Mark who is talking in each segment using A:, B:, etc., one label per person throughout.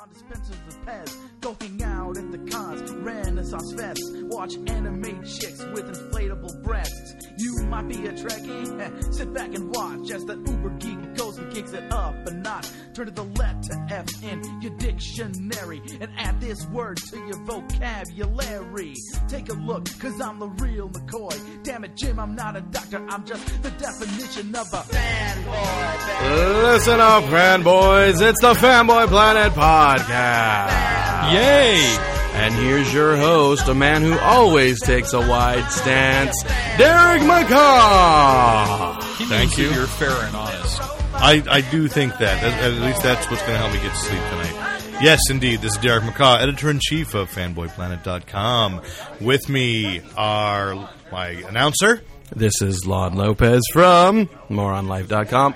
A: on dispensers with Pez. Go hang out at the cons, Renaissance Fest. Watch anime chicks with inflatable breasts. You might be a Trekkie, eh, sit back and watch as the uber geek goes and kicks it up a notch. Turn to the letter F in your dictionary and add this word to your vocabulary. Take a look, cause I'm the real McCoy. Damn it, Jim, I'm not a doctor, I'm just the definition of a fanboy.
B: Listen up, fanboys. It's the Fanboy Planet Podcast. Yay! And here's your host, a man who always takes a wide stance, Derek McCaw.
C: He
D: Thank
C: means
D: you.
C: If you're fair and honest.
D: I, I do think that. At, at least that's what's going to help me get to sleep tonight. Yes, indeed. This is Derek McCaw, editor in chief of fanboyplanet.com. With me are my announcer,
B: This is Laud Lopez from MoronLife.com.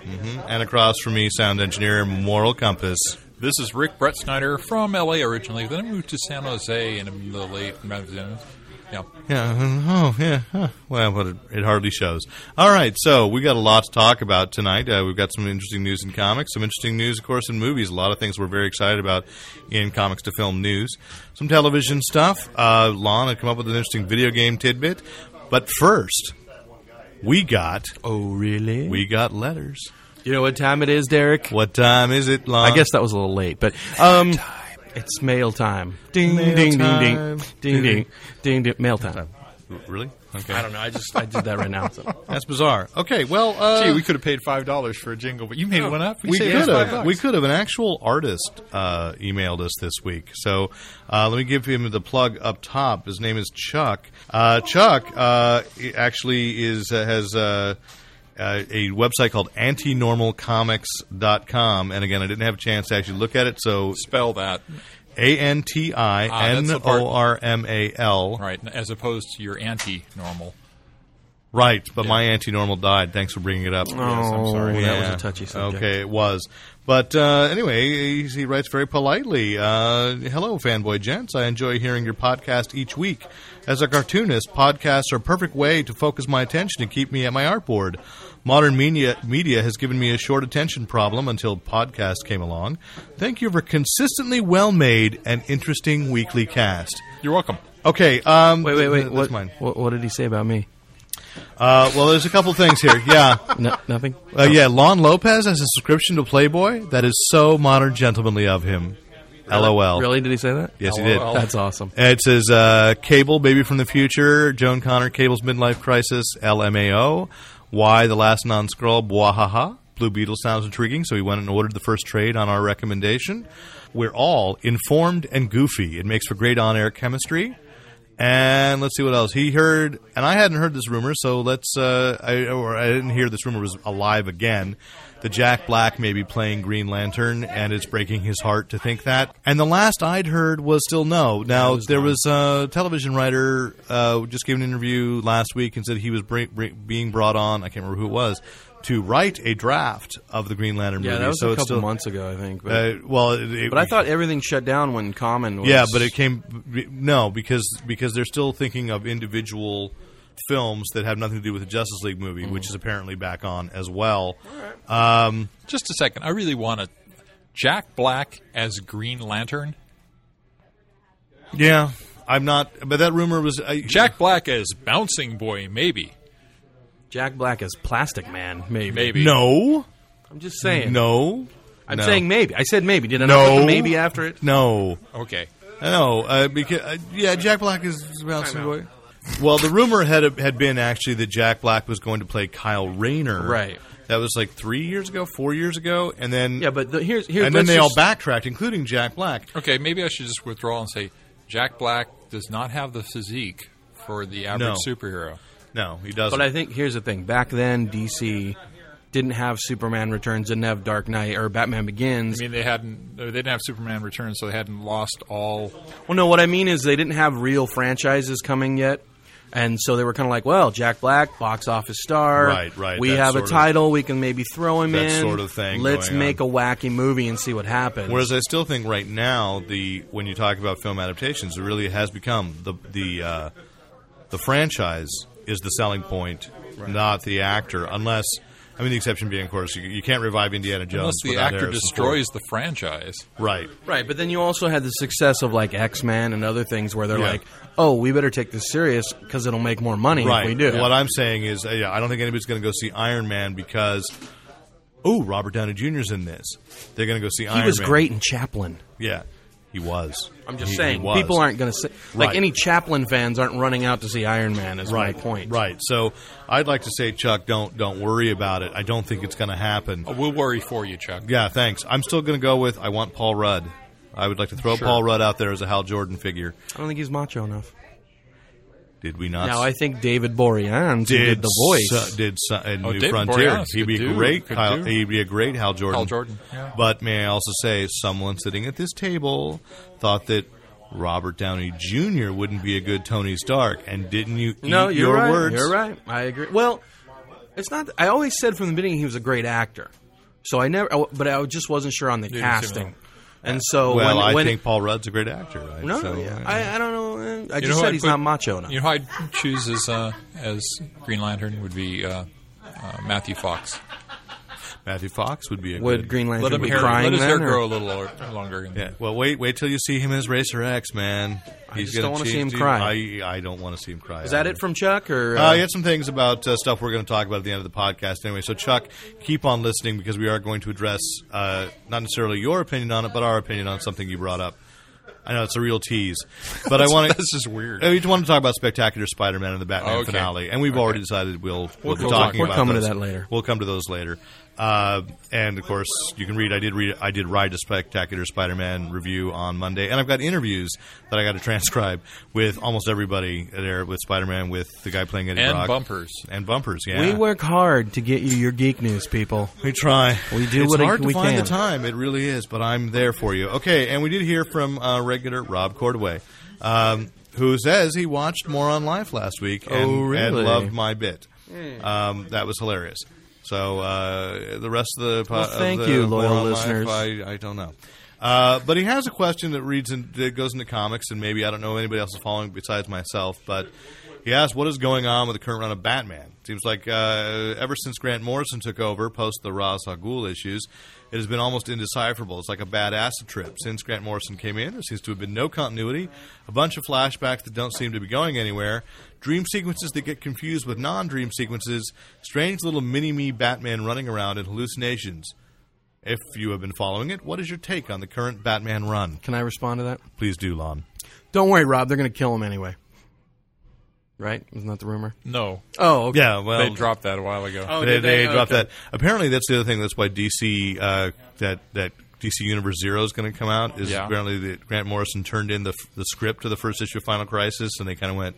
D: and across from me, sound engineer Moral Compass.
C: This is Rick Brett Snyder from LA originally. Then I moved to San Jose in the late. Yeah.
D: Yeah. uh, Oh, yeah. huh. Well, but it, it hardly shows. All right. So we got a lot to talk about tonight. Uh, we've got some interesting news in comics, some interesting news, of course, in movies. A lot of things we're very excited about in comics to film news. Some television stuff. Uh, Lon had come up with an interesting video game tidbit. But first, we got
B: Oh, really?
D: we got letters.
B: you know what time it is, Derek?
D: What time is it, Lon?
B: I guess that was a little late, but um, it's mail time. Ding,
D: Mail
B: ding,
D: time.
B: ding, ding, ding, ding, ding, ding, mail time.
D: R- really. Okay.
B: I don't know. I just I did that right now. So.
D: That's bizarre. Okay. Well, uh,
C: Gee, we could have paid five dollars for a jingle, but you made one up.
D: we
C: saved
D: could
C: five
D: have.
C: bucks.
D: We could have. An actual artist uh, emailed us this week. So uh, let me give him the plug up top. His name is Chuck. Uh, Chuck uh, i- actually is uh, has. Uh, uh, a website called antinormalcomics.com. And again, I didn't have a chance to actually look at it, so
C: spell that
D: A N T I
C: Ah,
D: N
C: that's the part.
D: O R M A L.
C: right, as opposed to your anti-normal.
D: Right, but my anti normal died. Thanks for bringing it up.
B: Yes, I'm sorry. that
D: Yeah.
B: was a touchy subject.
D: Okay, it was. But uh, anyway, he, he writes very politely. Uh, Hello, fanboy gents. I enjoy hearing your podcast each week. As a cartoonist, podcasts are a perfect way to focus my attention and keep me at my artboard. Modern media media has given me a short attention problem until podcasts came along. Thank you for consistently well made and interesting weekly cast.
C: You're welcome.
D: Okay, um,
B: Wait, wait,
D: th-
B: wait.
D: that's
B: What,
D: mine.
B: what, what did he say about me?
D: Uh, well, there's a couple things here. Yeah.
B: No, nothing.
D: Uh, yeah, Lon Lopez has a subscription to Playboy. That is so modern gentlemanly of him. LOL.
B: Really? Did he say that?
D: Oh. Yes, he did.
C: LOL.
B: Oh, That's awesome.
D: It says uh, Cable, Baby from the Future, Joan Connor, Cable's Midlife Crisis, LMAO, Why the Last Non Scroll, Bwahaha. Blue Beetle sounds intriguing, so he went and ordered the first trade on our recommendation. We're all informed and goofy. It makes for great on air chemistry. And let's see what else he heard. And I hadn't heard this rumor, so let's. Uh, I, or I didn't hear this rumor was alive again. The Jack Black may be playing Green Lantern, and it's breaking his heart to think that. And the last I'd heard was still no. Now there was a television writer uh, who just gave an interview last week and said he was br- br- being brought on. I can't remember who it was to write a draft of the Green Lantern
B: Yeah,
D: movie.
B: that was
D: so
B: a
D: it's
B: couple
D: still,
B: months ago, I think. But,
D: Uh, well, it, it-
B: but I thought everything shut down when Common was.
D: yeah, but it came no because because they're still thinking of individual films that have nothing to do with the Justice League movie,
B: Mm-hmm.
D: which is apparently back on as well.
C: Just a second. I really want to. Jack Black as Green Lantern.
D: Yeah, I'm not. But that rumor was I,
C: Jack Black as Bouncing Boy, maybe.
B: Jack Black is Plastic Man, maybe.
C: Maybe.
D: No,
B: I'm just saying.
D: no.
B: I'm
D: no.
B: saying maybe. I said maybe. Did I not put
D: no.
B: the maybe after it?
D: No,
C: Okay.
D: no. Uh, because uh, yeah, Jack Black is bouncing boy. Well, the rumor had had been actually that Jack Black was going to play Kyle Rayner.
B: Right.
D: That was like three years ago, four years ago, and then
B: Yeah, but the, here's here's
D: and then
B: let's
D: they all
B: just-
D: backtracked, including Jack Black.
C: Okay, maybe I should just withdraw and say Jack Black does not have the physique for the average
D: No.
C: superhero.
D: No, he doesn't.
B: But I think here's the thing. Back then, DC didn't have Superman Returns, didn't have Dark Knight or Batman Begins.
C: I mean, they hadn't. They didn't have Superman Returns, so they hadn't lost all.
B: Well, no, what I mean is they didn't have real franchises coming yet. And so they were kind of like, well, Jack Black, box office star.
D: Right, right,
B: We
D: that
B: have
D: sort
B: a
D: of-
B: title. we can maybe throw him
D: that
B: in.
D: sort of thing
B: Let's
D: going
B: make
D: on.
B: a wacky movie and see what happens.
D: Whereas I still think right now the when you talk about film adaptations, it really has become the the uh, the franchise is the selling point, not the actor, unless I mean, the exception being, of course, you, you can't revive Indiana Jones
C: Unless the
D: without
C: actor
D: Harrison's
C: destroys the franchise.
D: support. Right.
B: Right, but then you also had the success of like X Men and other things where they're
D: Yeah.
B: like, "Oh, we better take this serious because it'll make more money
D: right.
B: if we do."
D: What I'm saying is, uh, yeah, I don't think anybody's going to go see Iron Man because, oh, Robert Downey Jr.'s in this. They're going to go see Iron
B: he
D: Man.
B: was great in Chaplin.
D: Yeah, he was.
B: I'm just
D: He- he
B: saying,
D: was.
B: people aren't going to say like
D: Right.
B: any Chaplin fans aren't running out to see Iron Man. Is
D: Right.
B: my point.
D: Right. So I'd like to say, Chuck, don't don't worry about it. I don't think it's going to happen.
C: Oh, we'll worry for you, Chuck.
D: Yeah. Thanks. I'm still going to go with I want Paul Rudd. I would like to throw
C: Sure.
D: Paul Rudd out there as a Hal Jordan figure.
B: I don't think he's macho enough.
D: Did we not?
B: now I think David Boreanaz who did the voice.
D: so- did so- in
C: Oh,
D: New
C: David
D: Frontier?
C: Boreanaz
D: he'd
C: could
D: be
C: do-
D: great.
C: could
D: Kyle,
C: do.
D: he'd be a great Hal Jordan.
C: Hal Jordan, yeah.
D: But may I also say, someone sitting at this table thought that Robert Downey Jr. wouldn't be a good Tony Stark, and didn't you? Eat
B: no, you're
D: your
B: right.
D: words.
B: You're right. I agree. Well, it's not. I always said from the beginning he was a great actor. So I never, I- but I just wasn't sure on the
C: Didn't seem
B: casting.
C: like-
B: And so
D: Well,
B: when,
D: I
B: when
D: think Paul Rudd's a great actor. Right?
B: No,
D: So,
B: yeah.
D: uh,
B: I, I don't know. uh, I
C: You
B: just
C: know who
B: said
C: I'd
B: he's
C: put-
B: not macho enough.
C: You know who I'd choose as, uh, as Green Lantern would be uh, uh, Matthew Fox.
D: Matthew Fox would be a
B: Would
D: good.
B: Green Lantern
C: Let, him
B: be
C: hair,
B: crying
C: let his hair
B: then, or-
C: grow a little or- longer. and-
D: Yeah. Well, wait, wait till you see him as Racer X, man. He's
B: just
D: gonna
B: don't wanna see
D: change
B: him
D: the-
B: cry.
D: I, I don't want to see him cry.
B: Is that it from Chuck? Or
D: Uh, I had some things about uh, stuff we're going to talk about at the end of the podcast anyway. So, Chuck, keep on listening because we are going to address uh, not necessarily your opinion on it, but our opinion on something you brought up. I know it's a real tease, but I want to.
C: That's just weird.
D: We want to talk about Spectacular Spider-Man and the Batman
C: Oh, okay.
D: finale, and we've already decided we'll we'll, be talking.
C: We'll talk-
B: we're
D: about
B: coming to
D: those.
B: that later.
D: We'll come to those later. Uh, and of course, you can read. I did read. I did write a spectacular Spider-Man review on Monday, and I've got interviews that I got to transcribe with almost everybody there with Spider-Man, with the guy playing Eddie
C: And
D: Brock,
C: bumpers.
D: and bumpers. Yeah,
B: we work hard to get you your geek news, people.
D: we try.
B: We do
D: it's
B: what
D: hard
B: we
D: to find
B: can.
D: the time. It really is, but I'm there for you. Okay, and we did hear from uh, regular Rob Cordway, um, who says he watched more on Life last week and,
B: Oh, really?
D: and loved my bit. Um, that was hilarious. So uh, the rest of the po-
B: Well,
D: of
B: thank
D: the
B: you,
D: More
B: loyal
D: on Life,
B: listeners.
D: I, I don't know. Uh, but he has a question that reads in, that goes into comics, and maybe I don't know if anybody else is following besides myself. But he asked, "What is going on with the current run of Batman?" Seems like uh, ever since Grant Morrison took over, post the Ra's al Ghul issues, it has been almost indecipherable. It's like a bad acid trip. Since Grant Morrison came in, there seems to have been no continuity, a bunch of flashbacks that don't seem to be going anywhere, dream sequences that get confused with non-dream sequences, strange little mini-me Batman running around, and hallucinations. If you have been following it, what is your take on the current Batman run?
B: Can I respond to that?
D: Please do, Lon.
B: Don't worry, Rob. They're going to kill him anyway. Right? Isn't that the rumor?
C: No.
B: Oh, okay.
D: Yeah, well,
C: they dropped that a while ago.
B: Oh,
D: they,
B: did they?
D: they dropped
B: Okay.
D: that. Apparently, that's the other thing. That's why DC uh, that that DC Universe Zero is going to come out. Is
C: Yeah.
D: apparently that Grant Morrison turned in the f- the script to the first issue of Final Crisis, and they kind of went.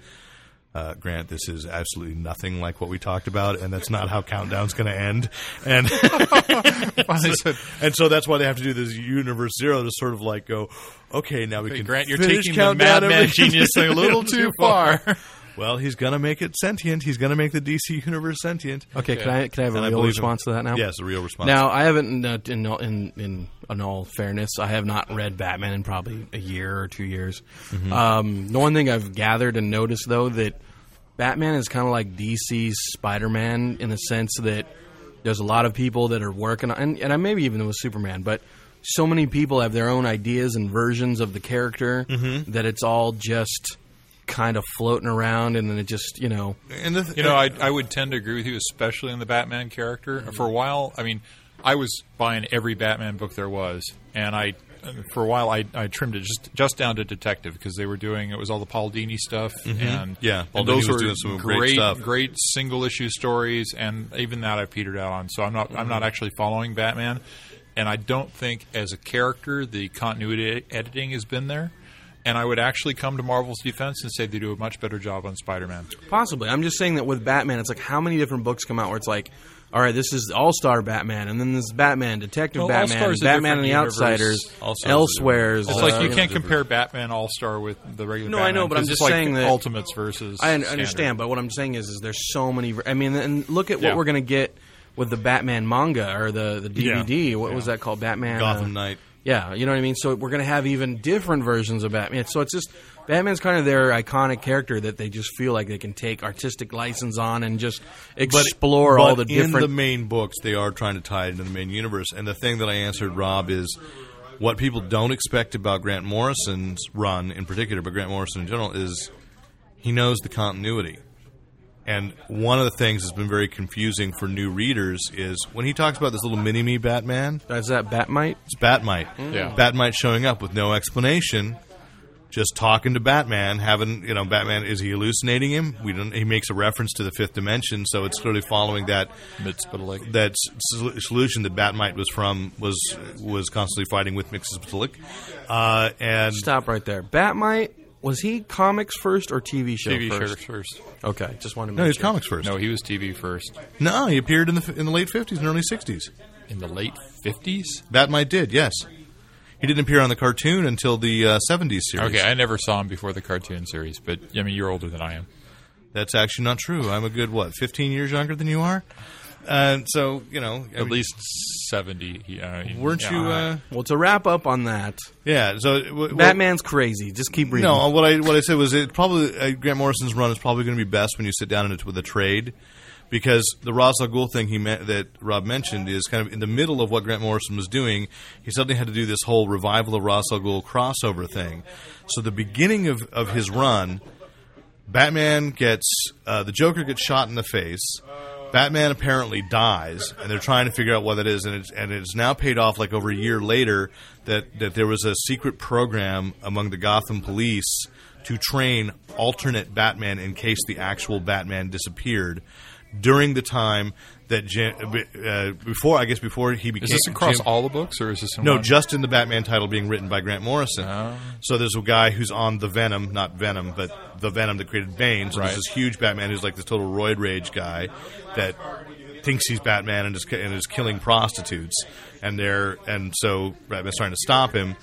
D: Uh, Grant, this is absolutely nothing like what we talked about, and that's not how Countdown's going to end. And and so that's why they have to do this Universe Zero to sort of like go, okay, now we
C: Hey,
D: can
C: Grant, you're
D: finish
C: taking the
D: Countdown
C: Mad Men
D: everything
C: genius thing a little too far.
D: well, he's going to make it sentient. He's going to make the DC universe sentient.
B: Okay, Can I can I have
D: And
B: a
D: I
B: real
D: believe
B: response
D: him.
B: to that now?
D: Yes, a real response.
B: Now I haven't uh, in all, in in in all fairness, I have not read Batman in probably a year or two years.
D: Mm-hmm.
B: Um, the one thing I've gathered and noticed though that Batman is kind of like DC's Spider-Man in the sense that there's a lot of people that are working on, and, and I maybe even with Superman, but so many people have their own ideas and versions of the character
D: Mm-hmm.
B: that it's all just kind of floating around, and then it just you know
D: and the Mm-hmm. th- uh,
C: You know, I, I would tend to agree with you, especially in the Batman character. For a while, I mean, I was buying every Batman book there was, and I, for a while, I, I trimmed it just just down to Detective because they were doing it was all the Paul Dini stuff, and
D: Mm-hmm. Yeah, Paul
C: and
D: Dini
C: those
D: was
C: were
D: doing some great
C: great
D: stuff.
C: great single issue stories, and even that I petered out on. So I'm not I'm
D: Mm-hmm.
C: not actually following Batman, and I don't think as a character the continuity e-, editing has been there. And I would actually come to Marvel's defense and say they do a much better job on Spider-Man.
B: Possibly. I'm just saying that with Batman, it's like how many different books come out where it's like, all right, this is All Star Batman, and then this is Batman, Detective
C: Well,
B: Batman,
C: All-Star's a
B: Batman
C: different
B: and the
C: universe.
B: Outsiders,
D: All-Star's a
B: Elsewhere's.
C: It's
B: uh,
C: like you
B: know.
C: can't compare Batman All Star with the regular.
B: No, I
C: Batman,
B: know, but
C: 'cause
B: I'm
C: it's
B: just
C: like
B: saying that-
C: Ultimates versus.
B: I un-
C: Standard.
B: understand, but what I'm saying is, is there's so many. ver- I mean, and look at what
C: Yeah.
B: we're gonna get with the Batman manga or the the DVD.
C: Yeah.
B: What was that called? Batman uh,
D: Gotham Knight.
B: Yeah, you know what I mean. So we're going to have even different versions of Batman. So it's just Batman's kind of their iconic character that they just feel like they can take artistic license on and just explore all the
D: But
B: different.
D: in the main books they are trying to tie it into the main universe and the thing that i answered rob is what people don't expect about grant morrison's run in particular but grant morrison in general is he knows the continuity and one of the things that's been very confusing for new readers is when he talks about this little mini me batman
B: Is that Batmite?
D: it's batmite
C: Yeah.
D: batmite showing up with no explanation just talking to Batman, having you know, Batman is he hallucinating him? We don't. He makes a reference to the fifth dimension, so it's clearly following that
C: Mitzvah.
D: that sol- solution that Batmite was from was was constantly fighting with Mixes Batalik. Uh, and
B: Stop right there. Batmite was he comics first or TV show
C: TV
B: first?
C: first. first.
B: Okay, just wanted to
D: no, he
B: make
D: was
B: sure.
D: comics first.
C: No, he was TV first
D: No, he appeared in the f- in the late fifties and early sixties.
C: in the late fifties.
D: Batmite did, yes. He didn't appear on the cartoon until the uh, seventies series.
C: Okay, I never saw him before the cartoon series, but I mean, you're older than I am.
D: that's actually not true. I'm a good what, fifteen years younger than you are. And so you know, I
C: At
D: mean,
C: least seventy. Uh,
D: weren't
C: yeah,
D: you?
C: I-
D: Uh,
B: Well, to wrap up on that,
D: yeah. So w- w-
B: Batman's crazy. Just keep reading.
D: No, uh, what I what I said was it probably uh, Grant Morrison's run is probably going to be best when you sit down and it's with a trade, because the Ra's al Ghul thing he meant that Rob mentioned is kind of in the middle of what Grant Morrison was doing. He suddenly had to do this whole revival of Ra's al Ghul crossover thing. So the beginning of of his run, Batman gets uh, the Joker gets shot in the face. Batman apparently dies, and they're trying to figure out what that is, and it's, and it's now paid off like over a year later that, that there was a secret program among the Gotham police to train alternate Batman in case the actual Batman disappeared during the time that Jan- uh, before I guess before he became
C: Is this across
D: Jim-
C: all the books, or is this in
D: no,
C: one?
D: just in the Batman title being written by Grant Morrison.
C: Oh.
D: So there's a guy who's on the Venom, not Venom, but the Venom that created Bane. So
C: Right.
D: there's this huge Batman who's like this total roid rage guy that thinks he's Batman and is, ki- and is killing prostitutes, and they're and so Batman's trying to stop him.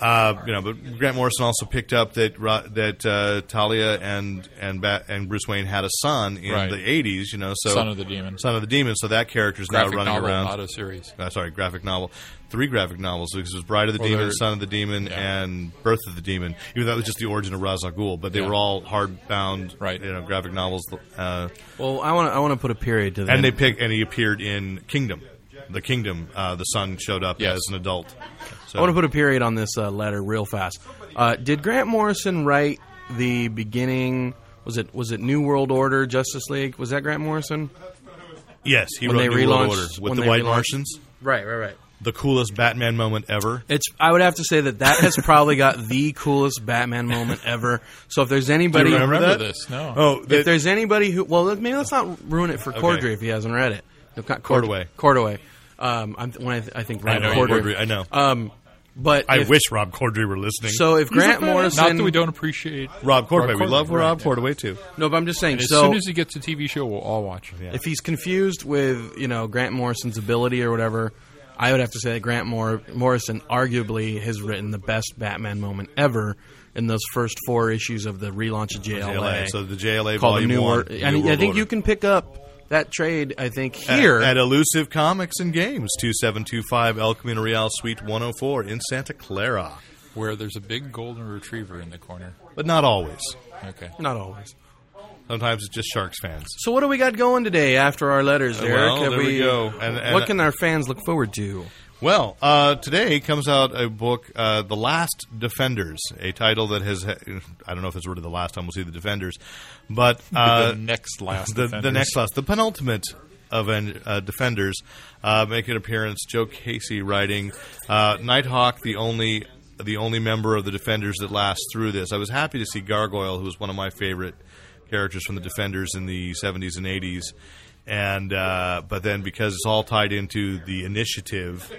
D: Uh, you know, but Grant Morrison also picked up that Ro- that uh, Talia and and Bat- and Bruce Wayne had a son in
C: Right.
D: the '80s. You know, so
C: Son of the Demon.
D: son of the demon. So that character's
C: graphic
D: now running
C: novel,
D: around
C: not a series.
D: uh, sorry, graphic novel, three graphic novels because it was Bride of the
C: Well,
D: Demon,
C: they're-
D: Son of the Demon,
C: yeah.
D: and Birth of the Demon. Even though that was just the origin of Ra's al Ghul, but they
C: Yeah.
D: were all hardbound,
C: Right.
D: You know, graphic novels, uh,
B: Well, I want to. I want to put a period to that.
D: and they pick and he appeared in Kingdom, the Kingdom. Uh, the son showed up
C: Yes.
D: as an adult. So
B: I want to put a period on this uh, letter real fast. Uh, did Grant Morrison write the beginning? Was it was it New World Order, Justice League? Was that Grant Morrison?
D: yes, he
B: When
D: wrote
B: they
D: New World
B: relaunched-
D: Order with
B: when
D: the
B: they
D: White
B: relaunched-
D: Martians,
B: Right, right, right.
D: the coolest Batman moment ever.
B: It's. I would have to say that that has probably got the coolest Batman moment ever. So if there's anybody,
D: remember
C: Remember
D: that?
C: this? No.
D: Oh,
B: if
D: that,
B: there's anybody who, well, let- maybe let's not ruin it for Cordray if he hasn't read it. No, not Cord-
D: Cordway.
B: Cordway. Um, I'm, when I, th- I think
D: I
B: Ryan
D: know,
B: Cordray.
D: Cordray, I know.
B: Um, but
D: I
B: if-
D: wish Rob Cordray were listening.
B: So if Grant Morrison,
C: Not that we don't appreciate
D: Rob Cordray, we
C: Cordray,
D: love
C: right,
D: Rob
C: yeah.
D: Cordray too.
B: no, but I'm just saying.
C: As
B: so
C: soon as he gets a TV show, we'll all watch it.
B: If he's confused with you know Grant Morrison's ability or whatever, I would have to say that Grant Mor- Morrison arguably has written the best Batman moment ever in those first four issues of the relaunch of JLA,
D: JLA. So the
B: called the
D: JLA volume
B: New
D: one,
B: World.
D: New
B: I, mean, I
D: World
B: think
D: Order.
B: you can pick up that trade. I think
D: at-
B: here.
D: At, Elusive Comics and Games, 2725 El Camino Real, Suite 104 in Santa Clara.
C: Where there's a big golden retriever in the corner.
D: But not always.
C: Okay.
B: not always.
D: Sometimes it's just Sharks fans.
B: So what do we got going today after our letters, Derek?
D: Uh, well,
B: Have
D: there we go. And- and-
B: what can our fans look forward to?
D: Well, uh, today comes out a book, uh, The Last Defenders, a title that has, I don't know if it's really the last time we'll see The Defenders, but uh,
C: the next last.
D: the, the
C: Defenders.
D: next last, the penultimate of an, uh, Defenders, uh, make an appearance. Joe Casey writing uh, Nighthawk, the only the only member of the Defenders that lasts through this. I was happy to see Gargoyle, who was one of my favorite characters from the Defenders in the '70s and '80s, and uh, but then because it's all tied into the Initiative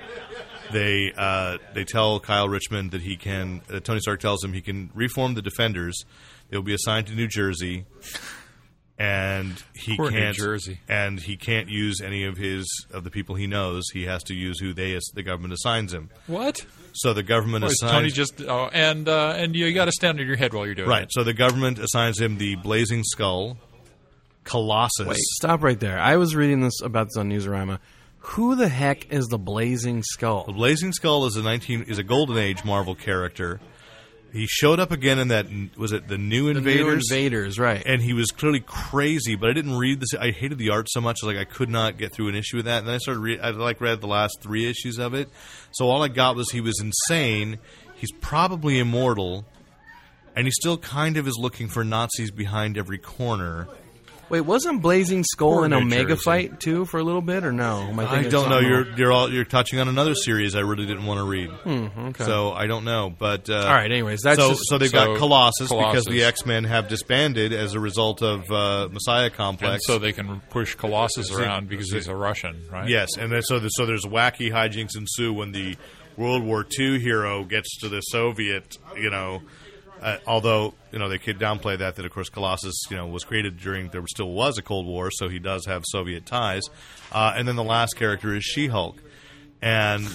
D: they uh, they tell Kyle Richmond that he can. Uh, Tony Stark tells him he can reform the Defenders. They'll be assigned to New Jersey, and he
C: Poor New
D: can't.
C: Jersey.
D: And he can't use any of his of the people he knows. He has to use who they the government assigns him.
C: What?
D: So the government
C: Or is
D: assigns
C: Tony just oh, and uh, and you got to stand on your head while you're doing
D: right.
C: it.
D: So the government assigns him the Blazing Skull, Colossus.
B: Wait, stop right there. I was reading this about this on Newsarama.
E: Who the heck is the Blazing
D: The
E: Skull?
D: Blazing Skull is a nineteen is a Golden Age Marvel character. He showed up again in that was it the New
E: The
D: Invaders,
E: New invaders, right?
D: and he was clearly crazy. But I didn't read this. I hated the art so much. I was like I could not get through an issue of that. And then I started read. I like read the last three issues of it. So all I got was he was insane. He's probably immortal, and he still kind of is looking for Nazis behind every corner.
E: Wait, wasn't Blazing Skull an
C: Nature,
E: Omega
C: isn't it?
E: fight too for a little bit, or no? Am
D: I
E: thinking of
D: don't know.
E: something
D: You're
E: else?
D: you're all you're touching on another series I really didn't want to read.
E: Hmm, okay.
D: So I don't know, but uh,
E: all right. Anyways, that's
D: so,
E: just
D: so they've
C: so
D: got Colossus, because
C: Colossus.
D: the X Men have disbanded as a result of uh, Messiah Complex.
C: And so they can push Colossus around because he's a Russian, right?
D: yes, and then, so the, so there's wacky hijinks ensue when the World War II hero gets to the Soviet. You know, uh, although you know they could downplay that that of course Colossus you know was created during there still was a Cold War, so he does have Soviet ties. Uh, and then the last character is She Hulk, and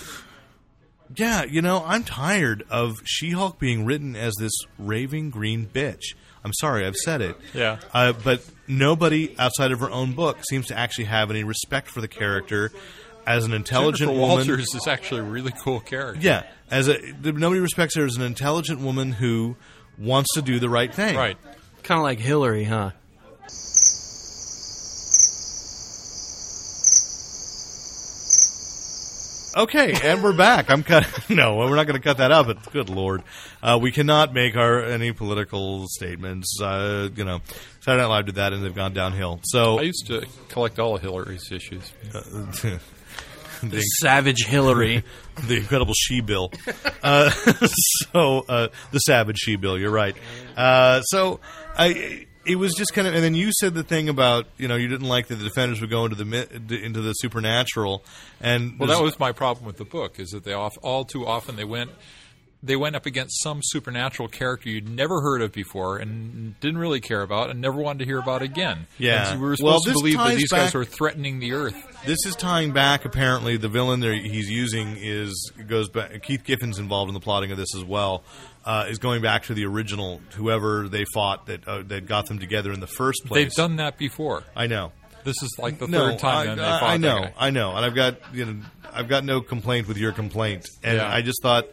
D: Yeah, you know, I'm tired of She Hulk being written as this raving green bitch. I'm sorry, I've said it.
C: Yeah.
D: Uh, but nobody outside of her own book seems to actually have any respect for the character as an intelligent
C: Jennifer
D: woman.
C: Walters is actually a really cool character.
D: Yeah, as a nobody respects her as an intelligent woman who wants to do the right thing.
C: Right.
E: kind of like Hillary, huh?
D: Okay, and we're back. I'm cut. No, we're not going to cut that out. But good lord, uh, we cannot make our any political statements. Uh, you know, Saturday Night Live did that, and they've gone downhill. So
C: I used to collect all of Hillary's issues.
D: the,
E: Savage Hillary.
D: the incredible she bill. Uh, so uh, the savage she bill. You're right. Uh, so I. It was just kind of, and then you said the thing about you know you didn't like that the defenders would go into the mi- into the supernatural, and
C: Well, that was my problem with the book is that they off, all too often they went they went up against some supernatural character you'd never heard of before and didn't really care about and never wanted to hear about again.
D: Yeah.
C: And so we were
D: Well,
C: supposed
D: this
C: to believe
D: ties
C: that these
D: back-
C: guys were threatening the earth.
D: This is tying back. Apparently, the villain that he's using is goes back. Keith Giffen's involved in the plotting of this as well. Uh, is going back to the original whoever they fought that uh, that got them together in the first place.
C: They've done that before.
D: I know.
C: This is like the
D: no,
C: third time
D: I,
C: then they
D: I-
C: fought
D: I
C: that
D: know.
C: guy.
D: I know. And I've got you know I've got no complaint with your complaint. And
C: Yeah.
D: I just thought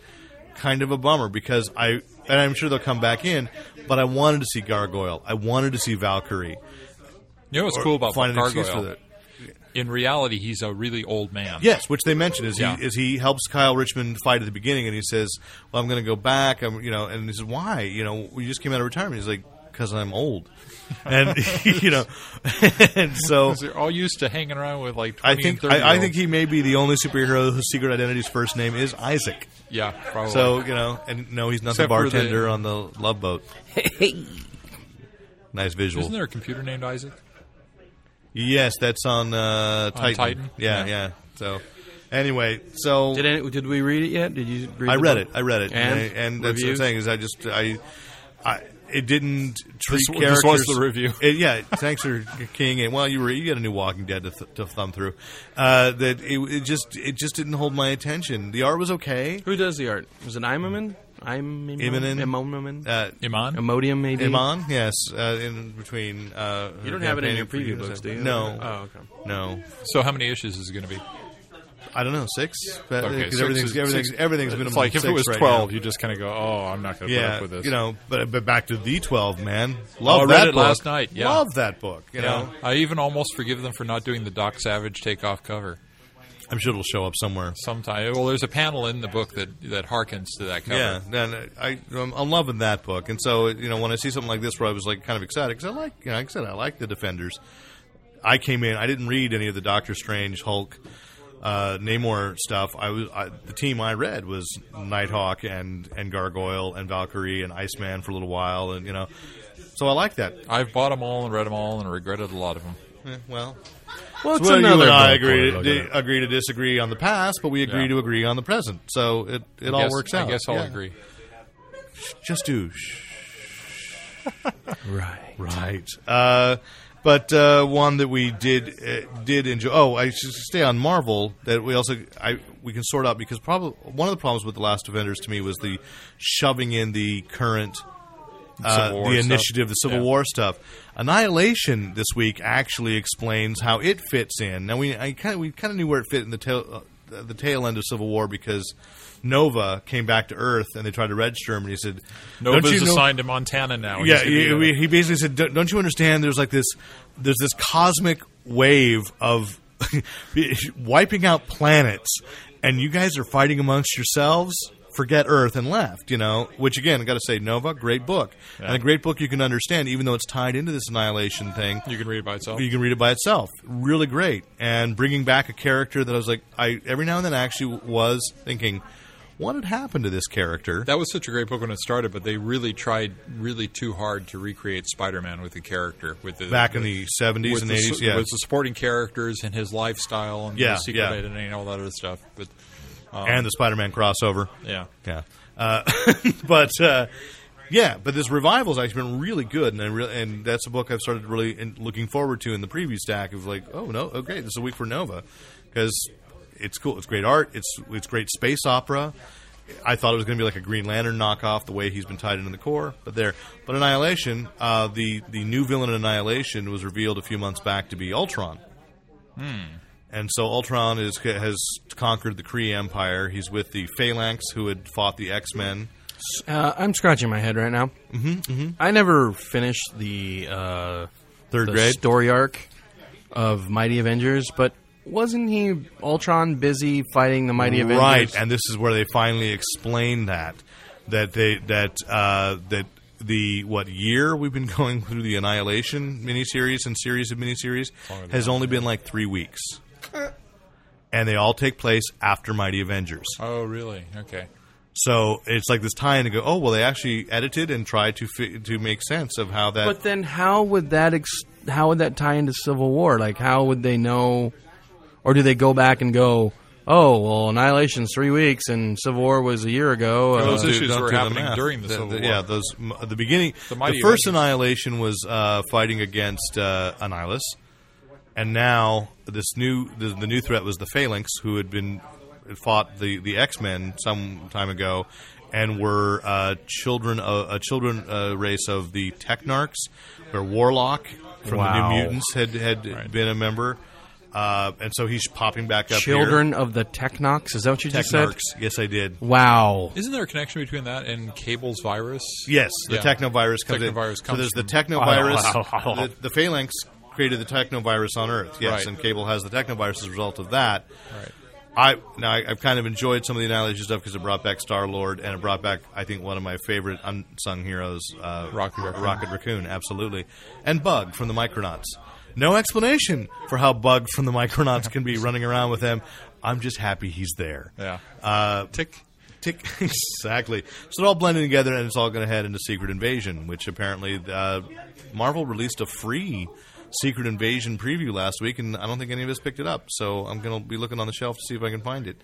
D: kind of a bummer because I and I'm sure they'll come back in, but I wanted to see Gargoyle. I wanted to see Valkyrie.
C: You know what's cool about
D: Find an excuse for
C: Gargoyle?
D: that.
C: In reality, he's a really old man.
D: Yes, which they mentioned is
C: Yeah.
D: he is he helps Kyle Richmond fight at the beginning, and he says, "Well, I'm going to go back." I'm, you know, and he says, "Why?" You know, you just came out of retirement. He's like, "Cause I'm old," and you know, and so
C: 'Cause They're all used to hanging around with like 20
D: I think
C: and 30
D: I, I think he may be the only superhero whose secret identity's first name is Isaac.
C: Yeah, probably.
D: So you know, and no, he's not the
C: Oh, Except for the-
D: bartender on the Love Boat. nice visual.
C: Isn't there a computer named Isaac?
D: yes, that's on, uh, Titan.
C: Titan?
D: Yeah, yeah,
C: Yeah.
D: So anyway, so
E: Did any, did we read it yet? Did you? read
D: I
E: the
D: read
E: book?
D: it. I read it,
E: And,
D: and, I- and that's
E: reviews?
D: what I'm saying is I just I, I it didn't treat
C: This w-
D: characters.
C: this was the review.
D: It- yeah, thanks for King. And well, you were you got a new Walking Dead to, th- to thumb through. Uh, that it, it just it just didn't hold my attention. The art was okay.
E: Who does the art? Was it Imaman? I'm
D: Immonen?
E: Imonen.
D: Uh,
C: Iman?
E: Imodium maybe.
D: Iman, yes, uh, in between. Uh,
E: You
D: her
E: don't have it in your
D: campaigning
E: preview
D: for-
E: books, do you?
D: No,
E: Oh, okay.
D: no.
C: So how many issues is it going to be?
D: I don't know six. But,
C: Okay,
D: because
C: six
D: everything's
C: is-
D: everything's
C: six-
D: everything's minimum
C: It's like if
D: six
C: it was
D: right
C: twelve,
D: now.
C: you just kind of go, "Oh, I'm not going to put
D: Yeah,
C: up with this."
D: you know, but but back to the twelve man.
C: Oh, I
D: Love
C: read
D: that
C: it
D: book.
C: last night, yeah.
D: Love that book. You
C: Yeah.
D: know,
C: I even almost forgive them for not doing the Doc Savage takeoff cover.
D: I'm sure it'll show up somewhere.
C: Sometime, well, there's a panel in the book that that harkens to that cover.
D: Yeah, and I, I'm, I'm loving that book, and so you know when I see something like this, where I was like kind of excited because I like, you know, like I said, I like the Defenders. I came in, I didn't read any of the Doctor Strange, Hulk, uh, Namor stuff. I was I, the team I read was Nighthawk and and Gargoyle and Valkyrie and Iceman for a little while, and you know, so I like that.
C: I've bought them all and read them all and regretted a lot of them.
D: Eh, well,
E: Well, it's
D: Well, you
E: another.
D: and I
E: book. Look
D: agree to,
E: at
D: di-
E: it.
D: agree to disagree on the past, but we agree
C: Yeah.
D: to agree on the present. So it, it all
C: Guess-
D: works out.
C: I guess I'll
D: Yeah.
C: agree.
D: Just do. Shh.
E: Right.
D: Right. Uh, but uh, one that we did uh, did enjoy. Oh, I should stay on Marvel. That we also I we can sort out because probably one of the problems with the Last Avengers to me was the shoving in the current uh,
C: Civil War
D: the
C: stuff.
D: initiative, the Civil
C: Yeah.
D: War stuff. Annihilation this week actually explains how it fits in. Now we I kind of we kind of knew where it fit in the tail uh, the tail end of Civil War because Nova came back to Earth and they tried to register him and he said, "Don't
C: Nova's
D: you know-
C: assigned to Montana now.
D: yeah,
C: He's
D: he,
C: gonna Oh, be uh,
D: he basically said, "Don't don't you understand? There's like this, there's this cosmic wave of wiping out planets, and you guys are fighting amongst yourselves. Forget Earth and left, you know. Which again, I got to say, Nova, great book, and a great book you can understand, even though it's tied into this annihilation thing.
C: there. you can read it by itself.
D: You can read it by itself. Really great. And bringing back a character that I was like, I every now and then actually was thinking, what had happened to this character?
C: That was such a great book when it started, but they really tried really too hard to recreate Spider-Man with the character with the
D: Back in the 70s
C: with
D: and
C: the,
D: 80s, yeah.
C: with the supporting characters and his lifestyle and
D: Yeah,
C: his secret
D: yeah.
C: identity and all that other stuff. But
D: and the Spider-Man crossover.
C: yeah,
D: Yeah. Uh, but uh, yeah, but this revival's actually been really good, and I really, and that's a book I've started really in, looking forward to in the preview stack of like, oh no, okay, this is a week for Nova because it's cool, it's great art, it's it's great space opera. I thought it was going to be like a Green Lantern knockoff, the way he's been tied into the core, but there. But Annihilation, uh, the the new villain in Annihilation was revealed a few months back to be Ultron. And so Ultron is, has conquered the Kree Empire. He's with the Phalanx, who had fought the X Men.
E: Uh, I'm scratching my head right now. Mm-hmm, I never finished the uh,
D: Third
E: the
D: grade.
E: story arc of Mighty Avengers, but wasn't he Ultron busy fighting the Mighty
D: Right,
E: Avengers?
D: and this is where they finally explain that that they that uh, that the what year we've been going through the Annihilation miniseries and series of miniseries has only been like three weeks, and they all take place after Mighty Avengers.
C: oh really? Okay,
D: So it's like this tie-in to go. Oh well, they actually edited and tried to fi- to make sense of how that
E: But then, how would that ex- how would that tie into Civil War? Like, how would they know, or do they go back and go? Oh well, Annihilation's three weeks, and Civil War was a year ago. Uh,
C: Those
D: Don't do-
C: issues
D: don't
C: were
D: do the
C: happening
D: math.
C: during the Civil War.
D: Yeah, those m- uh, the beginning. The,
C: Mighty
D: first
C: Avengers.
D: Annihilation was uh, fighting against uh, Annihilus, and now this new the, the new threat was the Phalanx, who had been had fought the the X Men some time ago, and were uh, children of, a children uh, race of the Technarchs, or Warlock from the
E: Wow.
D: New Mutants had had been a member. Uh, and so he's popping back up. here.
E: Children of the Technox. Is that what you just said?
D: Technarchs. Yes, I did.
E: Wow.
C: isn't there a connection between that and Cable's virus?
D: Yes, the
C: Yeah.
D: technovirus comes in.
C: Technovirus
D: so
C: comes
D: there's the
C: from-
D: technovirus. the, the phalanx created the technovirus on Earth. Yes,
C: Right.
D: and Cable has the technovirus as a result of that.
C: Right.
D: I now I, I've kind of enjoyed some of the Annihilation stuff because it brought back Star Lord and it brought back I think one of my favorite unsung heroes, uh,
C: Rocket Raccoon.
D: Rocket Raccoon, absolutely, and Bug from the Micronauts. No explanation for how Bug from the Micronauts can be running around with them. I'm just happy he's there.
C: Yeah.
D: Uh,
C: Tick.
D: Tick. exactly. So it all blended together, and it's all going to head into Secret Invasion, which apparently uh, Marvel released a free Secret Invasion preview last week, and I don't think any of us picked it up. So I'm going to be looking on the shelf to see if I can find it.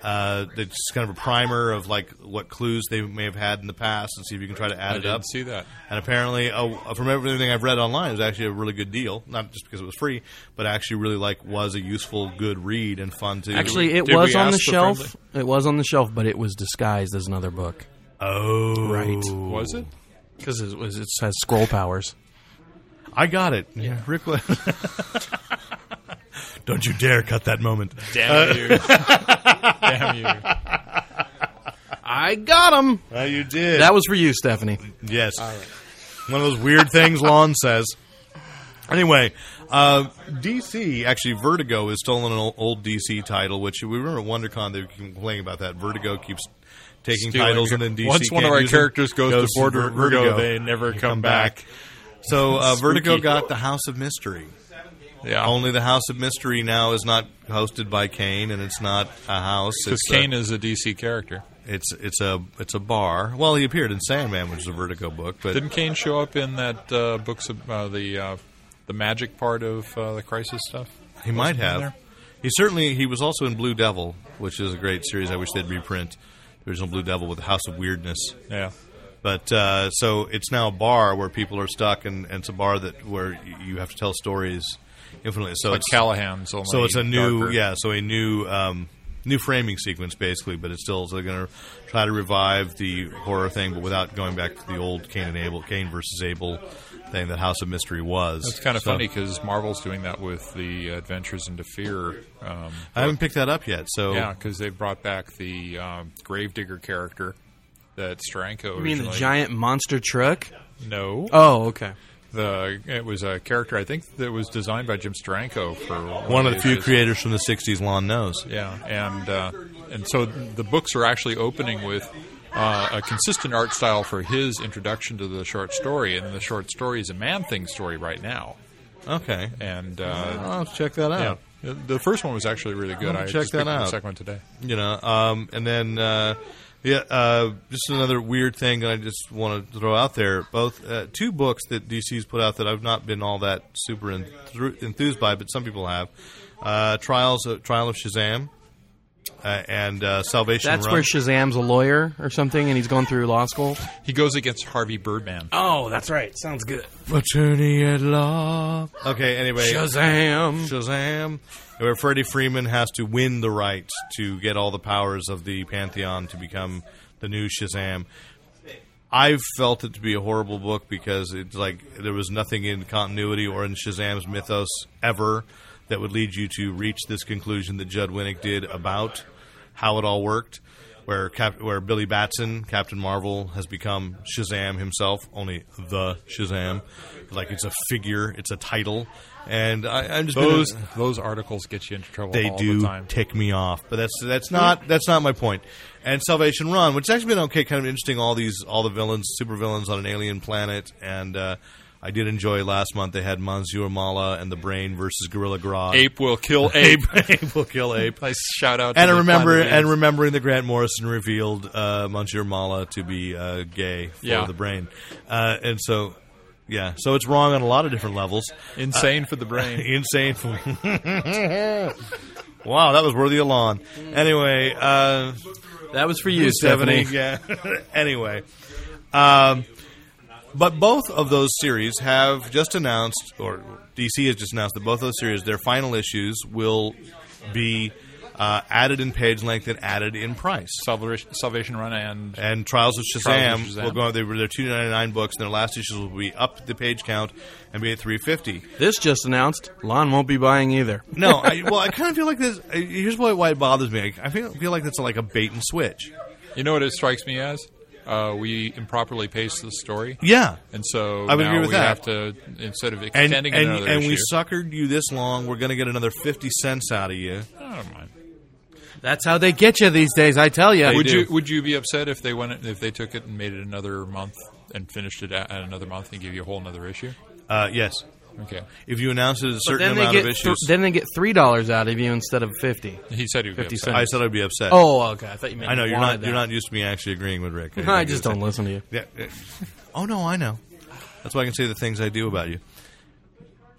D: Uh, it's just kind of a primer of like what clues they may have had in the past, and see if you can try to add
C: I
D: it
C: didn't
D: up.
C: see that.
D: And apparently, uh, from everything I've read online, it was actually a really good deal. Not just because it was free, but actually really like was a useful, good read and fun to
E: Actually, it
C: Did we
E: was on the
C: ask the
E: shelf.
C: friendly-
E: It was on the shelf, but it was disguised as another book
D: Oh,
E: Right.
C: Was it?
E: because it, was- it has scroll powers.
D: I got it. Yeah. Rick. Le- Don't you dare cut that moment.
C: Damn you! Damn you!
E: I got him.
D: Uh, you did.
E: That was for you, Stephanie.
D: yes. One of those weird things Lon says. Anyway, uh, DC actually Vertigo is still an ol- old DC title, which we remember at WonderCon they were complaining about that. Vertigo keeps taking
C: Stealing
D: titles
C: your-
D: and then DC
C: Once one of
D: can't
C: our
D: use them,
C: characters goes to Border- Vertigo, they never come back.
D: So uh,
C: Spooky.
D: Vertigo got the House of Mystery.
C: Yeah,
D: Only the House of Mystery now is not hosted by Kane, and it's not a house.
C: because
D: It's uh,
C: Kane
D: a,
C: is a DC character.
D: it's it's a it's a bar. Well, he appeared in Sandman, which is a Vertigo book, but
C: Didn't Kane show up in that uh, books of uh, the uh, the magic part of uh, the Crisis stuff?
D: he might
C: wasn't in
D: have.
C: there?
D: He certainly he was also in Blue Devil, which is a great series. I wish they'd reprint the original Blue Devil with the House of Weirdness.
C: Yeah.
D: But uh, so it's now a bar where people are stuck, and, and it's a bar that where y- you have to tell stories infinitely. So
C: Like
D: it's
C: Callahan's only.
D: so it's a new
C: darker.
D: yeah. So a new um, new framing sequence basically, but it's still so they're going to try to revive the horror thing, but without going back to the old Cain and Abel, Cain versus Abel thing that House of Mystery was.
C: It's kind of
D: So-
C: funny because Marvel's doing that with the Adventures into Fear. Um,
D: I haven't picked that up yet, so
C: yeah, because they brought back the um, Gravedigger character that Stranko.
E: You mean the giant monster truck?
C: No,
E: Oh, okay.
C: the it was a character I think that was designed by Jim Stranko for
D: one of the few
C: his-
D: creators from the '60s, Lon knows.
C: Yeah, and uh, and so the books are actually opening with uh, a consistent art style for his introduction to the short story, and the short story is a man thing story right now,
D: Okay,
C: and uh,
D: I'll check that out.
C: yeah. The- The first one was actually really good.
D: I'll
C: I
D: check
C: just
D: that
C: picked up
D: out.
C: The second one today.
D: you know. Um, and then, uh, yeah, uh, just another weird thing that I just want to throw out there. Both uh, two books that DC's put out that I've not been all that super enth- enthused by, but some people have. Uh, Trials, uh, Trial of Shazam, uh, and uh, Salvation.
E: That's
D: Run.
E: where Shazam's a lawyer or something, and he's going through law school.
C: He goes against Harvey Birdman.
E: Oh, that's right. Sounds good.
D: Attorney at Law. Okay. Anyway,
E: Shazam.
D: Shazam, where Freddie Freeman has to win the right to get all the powers of the Pantheon to become the new Shazam. I've felt it to be a horrible book because it's like there was nothing in continuity or in Shazam's mythos ever that would lead you to reach this conclusion that Judd Winnick did about how it all worked. Where Cap- where Billy Batson, Captain Marvel, has become Shazam himself, only the Shazam, like it's a figure, it's a title, and I, I'm just been-
C: Those those articles get you into trouble
D: they
C: all
D: do
C: the time.
D: tick me off. But that's that's not that's not my point. And Salvation Run, which has actually been okay, kind of interesting. All these all the villains, super villains on an alien planet, and uh, I did enjoy last month. They had Manzur Mala and the Brain versus Gorilla Grodd.
C: Ape will kill ape.
D: Ape will kill ape.
C: nice shout out. To
D: And I
C: the
D: remember,
C: Planet
D: and
C: Apes.
D: remembering that Grant Morrison revealed uh, Monsieur Mala to be uh, gay for
C: Yeah.
D: the brain, uh, and so, yeah, so it's wrong on a lot of different levels.
C: insane for the brain.
D: Insane for wow, that was worthy of lawn. Anyway, uh,
E: That was for you, Stephanie.
D: Yeah. anyway, um, but both of those series have just announced, or DC has just announced that both those series, their final issues will be uh, added in page length and added in price.
C: Salvation, Salvation Run and
D: And Trials of Shazam,
C: Trials of Shazam.
D: will go. They were their two ninety nine books, and their last issues will be up the page count and be at three fifty.
E: This just announced Lon won't be buying either.
D: No, I, well, I kind of feel like this. I- Here's why, why it bothers me. I feel feel like that's like a bait and switch.
C: you know what it strikes me as? Uh, we improperly paced the story.
D: Yeah,
C: And so
D: I would
C: now
D: agree with
C: we
D: that.
C: have to instead of
D: and
C: extending
D: and,
C: another
D: and
C: issue,
D: we suckered you this long. We're going to get another fifty cents out of you.
C: I don't mind.
E: That's how they get you these days, I tell you.
C: Would you would you be upset if they went if they took it and made it another month and finished it at at another month and give you a whole another issue?
D: Uh, yes,
C: Okay,
D: if you announce it as a certain
E: Then they,
D: amount
E: get
D: of
E: th-
D: issues,
E: then they get three dollars out of you instead of fifty.
C: he said he would be
E: 50
C: upset.
D: I said I'd be upset.
E: Oh, okay. I thought you meant.
D: I know
E: you
D: you're not.
E: wanted
D: You're
E: that.
D: not used to me actually agreeing with Rick.
E: I just don't listen to you.
D: Yeah. Oh no, I know. That's why I can say the things I do about you.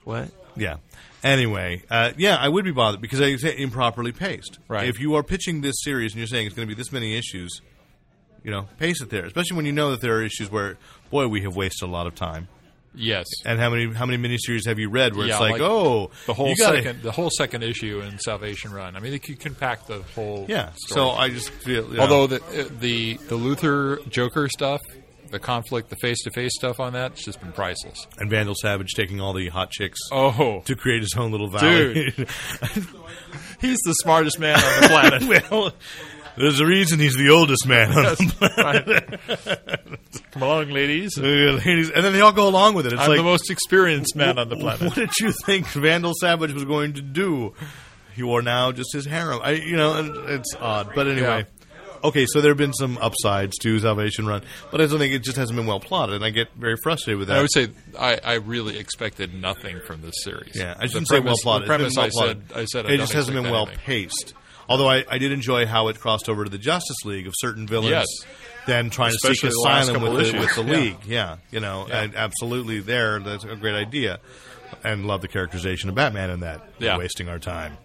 E: What?
D: Yeah. Anyway, uh, yeah, I would be bothered because I say improperly paced.
C: Right.
D: If you are pitching this series and you're saying it's going to be this many issues, you know, pace it there. Especially when you know that there are issues where, boy, we have wasted a lot of time.
C: Yes,
D: And how many how many miniseries have you read where
C: Yeah,
D: it's like,
C: like
D: oh,
C: the whole
D: you gotta-
C: second the whole second issue in Salvation Run. I mean, you can pack the whole.
D: Yeah.
C: story.
D: So I just feel. you know,
C: although the uh, the the Luther Joker stuff, the conflict, the face to face stuff on that, it's just been priceless.
D: and Vandal Savage taking all the hot chicks
C: Oh,
D: to create his own little valley.
C: he's the smartest man on the planet.
D: well, there's a reason he's the oldest man on the
C: Come along, ladies.
D: planet. Ladies- And then they all go along with it. It's
C: I'm
D: like
C: the most experienced man on the
D: What
C: planet.
D: did you think Vandal Savage was going to do? He wore now just his harem. I, you know, and it's odd. But anyway. Okay, so there have been some upsides to Salvation Run, but I don't think it just hasn't been well plotted, and I get very frustrated with that.
C: I would say I, I really expected nothing from this series.
D: yeah, I
C: The
D: shouldn't say well
C: premise-
D: plotted.
C: The
D: It's
C: premise
D: been
C: I said, I
D: well-plotted.
C: said I
D: it
C: don't
D: just hasn't
C: expect
D: been well
C: anything.
D: paced. Although I, I did enjoy how it crossed over to the Justice League of certain villains,
C: Yes.
D: then trying to
C: Especially
D: seek
C: the last
D: asylum
C: couple
D: with the, with
C: issues.
D: the
C: Yeah.
D: league. Yeah, you know, and absolutely there. That's a great idea, and love the characterization of Batman in that.
C: Yeah.
D: wasting our time.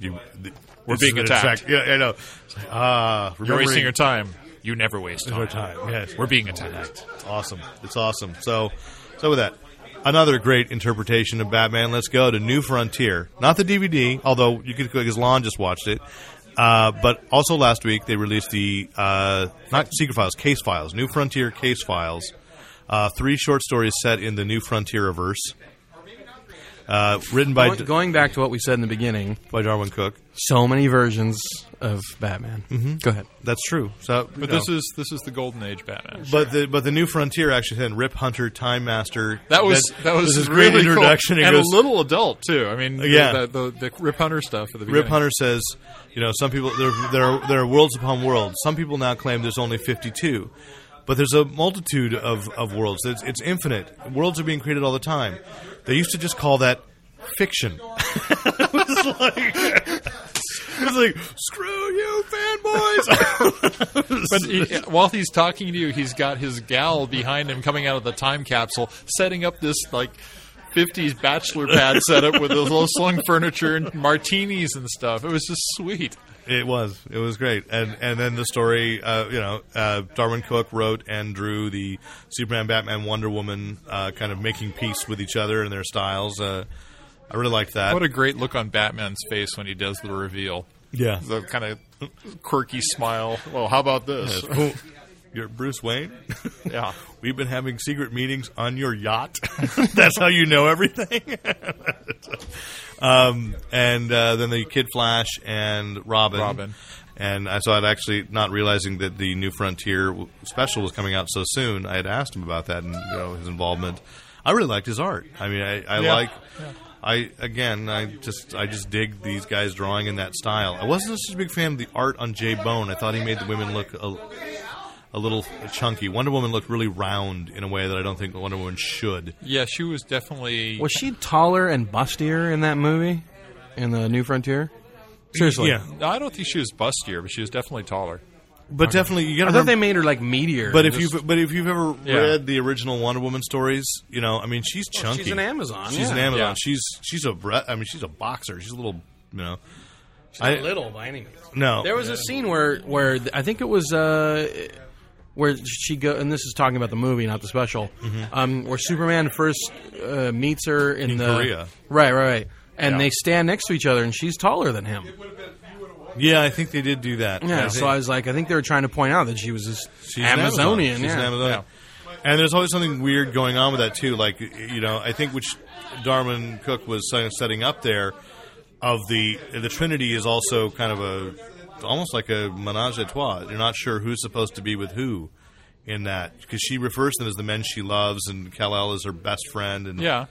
D: You, th-
C: We're
D: this
C: being
D: is an
C: attacked.
D: attract- yeah, I know. It's like, Ah,
C: You're wasting
D: remembering-
C: your time. You never waste
D: our
C: time.
D: time. Yes,
C: We're being attacked.
D: It's awesome. It's awesome. So, so with that, another great interpretation of Batman. Let's go to New Frontier, not the DVD, although you could because Lon just watched it. Uh, but also last week they released the uh, not secret files, case files, New Frontier case files, uh, three short stories set in the New Frontier verse, uh, written by
E: Going- Going back to what we said in the beginning,
D: by Darwin Cook.
E: so many versions of Batman. Mm-hmm. Go ahead.
D: That's true. So,
C: But this is this is the golden age Batman.
D: But the but the new frontier actually had Rip Hunter, Time Master.
C: That was that, was
D: this is
C: really
D: great introduction.
C: cool.
D: He
C: and
D: goes-
C: a little adult too. I mean,
D: Yeah.
C: the, the, the Rip Hunter stuff at the beginning.
D: Rip Hunter says, you know, some people there there are, there are worlds upon worlds. Some people now claim there's only 52, but there's a multitude of of worlds. It's, it's infinite. Worlds are being created all the time. They used to just call that fiction. it's like it's like screw you, fanboys.
C: But he, while he's talking to you, he's got his gal behind him coming out of the time capsule, setting up this like. 50s bachelor pad setup with those low slung furniture and martinis and stuff. It was just sweet.
D: It was. It was great. And and then the story, uh, you know, uh, Darwin Cook wrote and drew the Superman, Batman, Wonder Woman, uh, kind of making peace with each other and their styles. Uh, I really liked that.
C: What a great look on Batman's face when he does the reveal.
D: yeah.
C: The kind of quirky smile. Well, how about this?
D: Oh, You're Bruce Wayne.
C: Yeah.
D: We've been having secret meetings on your yacht. That's how you know everything. um, and uh, then the Kid Flash and Robin.
C: Robin.
D: And I saw it actually not realizing that the New Frontier w- special was coming out so soon. I had asked him about that and you know, his involvement. I really liked his art. I mean, I, I
C: Yeah.
D: like. I again, I just I just dig these guys drawing in that style. I wasn't such a big fan of the art on Jay Bone. I thought he made the women look a, a little chunky. Wonder Woman looked really round in a way that I don't think Wonder Woman should.
C: Yeah, she was definitely.
E: Was she taller and bustier in that movie, in the New Frontier? Seriously,
C: I don't think she was bustier, but she was definitely taller.
D: but definitely you got
E: I
D: to
E: thought
D: remember.
E: they made her like meteor.
D: but if you have but if you've ever
C: Yeah.
D: read the original Wonder Woman stories, you know, I mean, she's chunky.
E: she's an Amazon.
D: She's
E: yeah.
D: an Amazon.
C: Yeah.
D: She's she's a bre- I mean, she's a boxer. She's a little, you know.
E: Not
D: I-
E: little by any means.
D: No.
E: There was a scene where where th- I think it was uh, where she go and this is talking about the movie, not the special. Um, where Superman first uh, meets her in,
D: Mm-hmm. In
E: the
D: Korea.
E: right, right, right, and
D: Yeah.
E: they stand next to each other, and she's taller than him.
D: Yeah, I think they did do that.
E: Yeah,
D: I
E: so
D: think-
E: I was like, I think they were trying to point out that she was this
D: She's an Amazon.
E: Amazonian.
D: She's
E: yeah.
D: an Amazonian. And there's always something weird going on with that too. Like you know, I think which Darwin Cook was sort of setting up there of the the Trinity is also kind of a almost like a menage a trois. You're not sure who's supposed to be with who in that because she refers to them as the men she loves, and Kal El is her best friend, and
C: Yeah.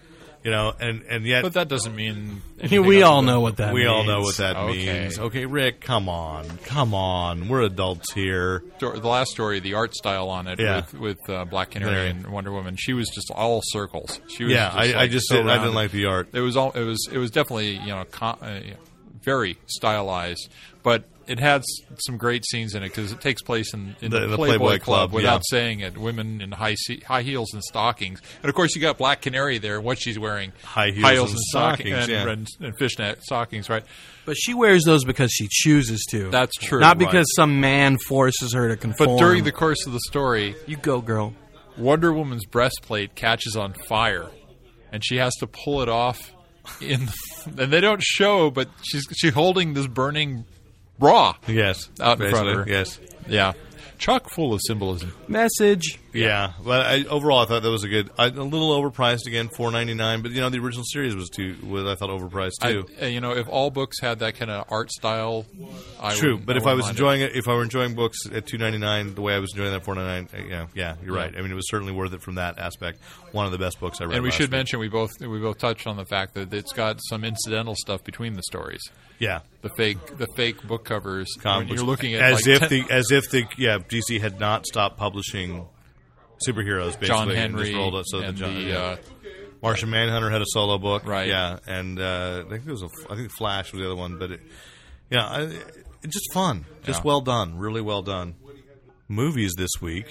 D: you know, and and yet
C: But that doesn't mean.
E: Yeah,
C: anything
E: we
C: else
E: all
C: about-
E: know what that.
D: we
E: means.
D: all know what that
C: Okay.
D: means. Okay, Rick, come on, come on, we're adults here.
C: Sto- The last story, the art style on it
D: Yeah.
C: with, with uh, Black Canary
D: There.
C: and Wonder Woman, she was just all circles. She was
D: Yeah, I,
C: just,
D: I
C: like,
D: just
C: so
D: didn't, I didn't
C: rounded.
D: like the art.
C: It was all. It was. It was definitely you know co uh, very stylized, but it had s- some great scenes in it because it takes place in, in
D: The-
C: the,
D: the
C: Playboy,
D: Playboy
C: Club,
D: Club,
C: without
D: yeah.
C: saying it. Women in high se- high heels and stockings, and of course you got Black Canary there. What she's wearing?
D: High heels and stockings,
C: and,
D: yeah.
C: and, and fishnet stockings, right?
E: But she wears those because she chooses to.
C: That's true,
E: Not
C: right.
E: because some man forces her to
C: But
E: conform.
C: during the course of the story,
E: you go, girl.
C: Wonder Woman's breastplate catches on fire, and she has to pull it off. In and they don't show, but she's she holding this burning bra.
D: Yes,
C: Out in front of
D: basically,
C: her.
D: Yes.
C: Yeah. Chock full of symbolism.
E: Message.
D: Yeah, but I, overall, I thought that was a good, I, a little overpriced again, four ninety nine. But you know, the original series was too, was I thought overpriced
C: I,
D: too.
C: uh, you know, if all books had that kind of art style, I
D: True,
C: wouldn't-
D: but if I
C: wouldn't
D: was
C: mind
D: enjoying it. if I were enjoying books at two ninety nine, the way I was enjoying that four ninety nine, yeah, yeah, you're right. I mean, it was certainly worth it from that aspect. One of the best books I read.
C: and we
D: last
C: should
D: week.
C: mention we both we both touched on the fact that it's got some incidental stuff between the stories.
D: yeah.
C: The fake the fake book covers.
D: Comic
C: when
D: books.
C: you're looking at
D: as
C: like
D: if
C: ten-
D: the as if the yeah DC had not stopped publishing superheroes. Basically,
C: John
D: and just
C: Henry
D: rolled up so
C: and
D: the, John,
C: the,
D: yeah.
C: uh,
D: Martian Manhunter had a solo book,
C: Right.
D: Yeah, and uh, I think there was a, I think Flash was the other one, but it, yeah, I, it's just fun, just
C: Yeah.
D: well done, really well done. Movies this week,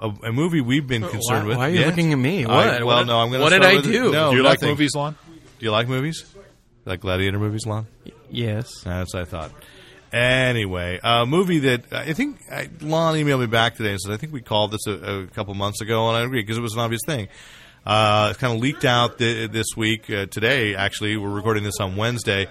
D: a, a movie we've been concerned
E: why,
D: with.
E: Why are you
D: Yes.
E: looking at me? What?
D: I- well,
E: What-
D: no, I'm going.
E: What did I do?
D: No,
C: do you like
D: nothing.
C: movies, Lon?
D: Do you like movies? Like gladiator movies, Lon?
E: Yes.
D: That's what I thought. Anyway, a movie that I think I, Lon emailed me back today and said, I think we called this a, a couple months ago, and I agree because it was an obvious thing. Uh, it's kind of leaked out th- this week, uh, today, actually. We're recording this on Wednesday.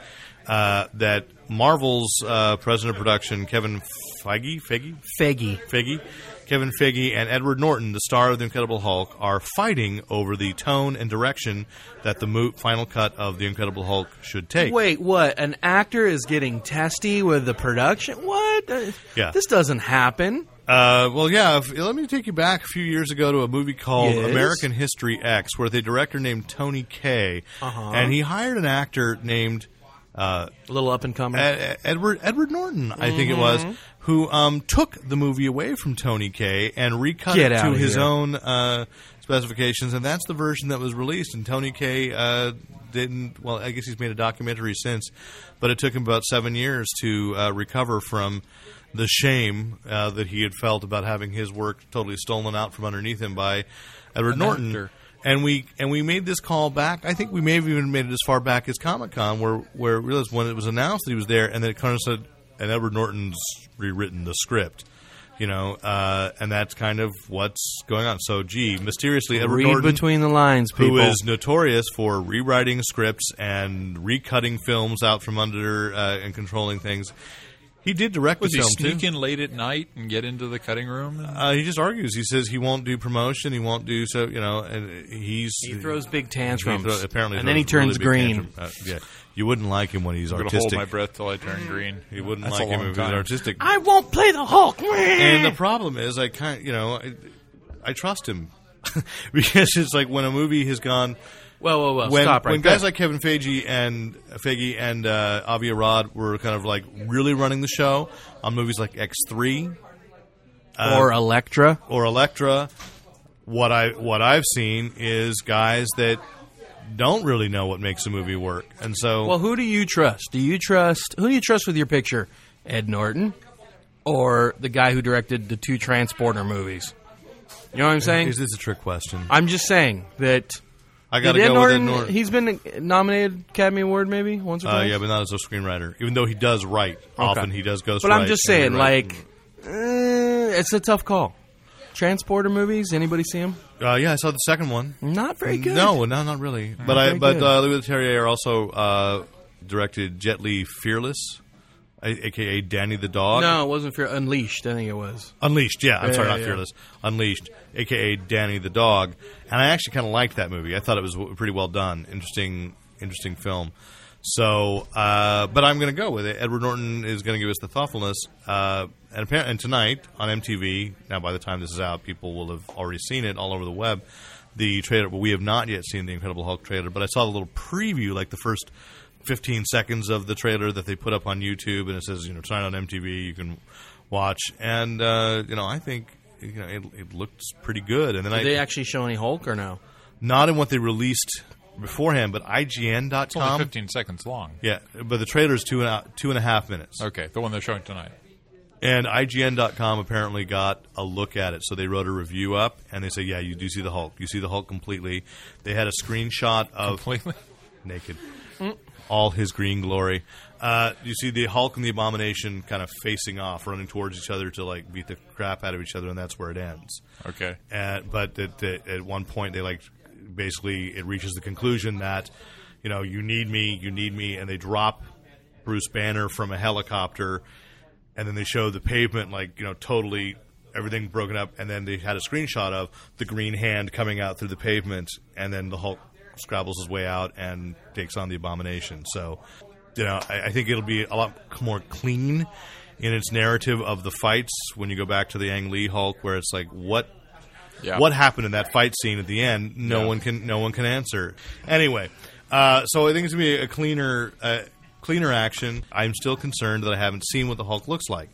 D: uh, that Marvel's uh, president of production, Kevin Feige, Feige,
B: Feggy.
D: Feige, Kevin Feige, and Edward Norton, the star of the Incredible Hulk, are fighting over the tone and direction that the mo- final cut of the Incredible Hulk should take.
B: Wait, what? An actor is getting testy with the production? What? Uh,
D: Yeah.
B: This doesn't happen.
D: Uh, well, yeah. If, let me take you back a few years ago to a movie called
B: Yes.
D: American History X, where the director named Tony Kaye,
B: Uh-huh.
D: and he hired an actor named uh,
B: A little up and coming.
D: Ed- E-, Edward Edward Norton, I think it was,
B: Mm-hmm.
D: who um, took the movie away from Tony Kaye and recut
B: Get
D: it to
B: outta
D: his
B: here.
D: own uh, specifications, and that's the version that was released. And Tony Kaye uh, didn't. Well, I guess he's made a documentary since, but it took him about seven years to uh, recover from the shame uh, that he had felt about having his work totally stolen out from underneath him by Edward Norton
C: actor.
D: and we and we made this call back. I think we may have even made it as far back as Comic Con, where where it realized when it was announced that he was there, and then it kind of said, and Edward Norton's rewritten the script, you know, uh, and that's kind of what's going on. So, gee, mysteriously, Edward
B: Read
D: Norton,
B: between the lines, people.
D: who is notorious for rewriting scripts and recutting films out from under uh, and controlling things, he did direct
C: Was
D: the
C: he
D: film too.
C: sneak in late at night and get into the cutting room?
D: Uh, he just argues. He says he won't do promotion. He won't do so. You know, and he's
B: he throws big
D: He
B: tantrums.
D: throw- apparently,
B: and then he
D: throws
B: turns
D: really
B: green.
D: big tantrum. Uh, yeah, you wouldn't like him when he's
C: I'm going to hold my
D: artistic.
C: breath till I turn green.
D: You wouldn't
C: That's a
D: like him
C: long
D: if
C: time.
D: he's artistic.
B: I won't play the Hulk.
D: and the problem is, I kind, you know, I, I trust him because it's like when a movie has gone.
B: Whoa, whoa, whoa!
D: When,
B: Oh, Stop right
D: when
B: there.
D: guys like Kevin Feige and Feige and uh, Avi Arad were kind of like really running the show on movies like X three uh,
B: or Electra.
D: or Electra, what I what I've seen is guys that don't really know what makes a movie work, and so
B: Well, who do you trust? Do you trust who do you trust with your picture? Ed Norton or the guy who directed the two Transporter movies? You know what I'm saying?
D: is this a trick question?
B: I'm just saying that
D: I got to
B: Did Ed
D: go
B: Norton,
D: with Ed Norton.
B: He's been nominated Academy Award maybe once or
D: uh,
B: twice.
D: yeah, but not as a screenwriter. Even though he does write, often he does ghost.
B: But I'm
D: write
B: just
D: and
B: saying,
D: rewrite.
B: like, eh, it's a tough call. Transporter movies. Anybody see them?
D: uh, yeah, I saw the second one.
B: Not very Mm, good.
D: No, no, not really. But I,
B: very
D: but
B: good.
D: uh, Louis Leterrier also uh, directed Jet Li Fearless, a- aka Danny the Dog.
B: no, it wasn't for Unleashed. I think it was.
D: Unleashed, yeah. I'm
B: Yeah,
D: sorry,
B: yeah,
D: not
B: yeah.
D: Fearless. Unleashed, aka Danny the Dog, and I actually kind of liked that movie. I thought it was w- pretty well done, interesting, interesting film. So, uh, but I'm going to go with it. Edward Norton is going to give us the thoughtfulness, uh, and apparently and tonight on MTV. Now, by the time this is out, people will have already seen it all over the web. The trailer, but we have not yet seen the Incredible Hulk trailer. But I saw the little preview, like the first 15 seconds of the trailer that they put up on YouTube, and it says, you know, tonight on MTV, you can watch. And uh, you know, I think you know it, it looked pretty good. And then
B: Did they
D: I
B: actually show any Hulk or no?
D: not in what they released beforehand, but IGN.com.
C: It's only 15 seconds long.
D: yeah, but the trailer's two and a, two and a half minutes,
C: Okay, the one they're showing tonight.
D: and IGN.com apparently got a look at it, so they wrote a review up, and they say, "Yeah, you do see the Hulk. You see the Hulk completely." They had a screenshot of
C: Completely.
D: naked.
C: Mm.
D: All his green glory. Uh, you see the Hulk and the Abomination kind of facing off, running towards each other to like beat the crap out of each other, and that's where it ends.
C: Okay.
D: Uh, but at, at, at one point, they like basically it reaches the conclusion that you know you need me, you need me, and they drop Bruce Banner from a helicopter, and then they show the pavement like you know totally everything broken up, and then they had a screenshot of the green hand coming out through the pavement, and then the Hulk scrabbles his way out and takes on the Abomination. So you know I, I think it'll be a lot more clean. In its narrative of the fights, when you go back to the Ang Lee Hulk, where it's like, what
C: Yeah.
D: what happened in that fight scene at the end? No
C: Yeah.
D: one can no one can answer. Anyway, uh, so I think it's gonna be a cleaner uh, cleaner action. I'm still concerned that I haven't seen what the Hulk looks like.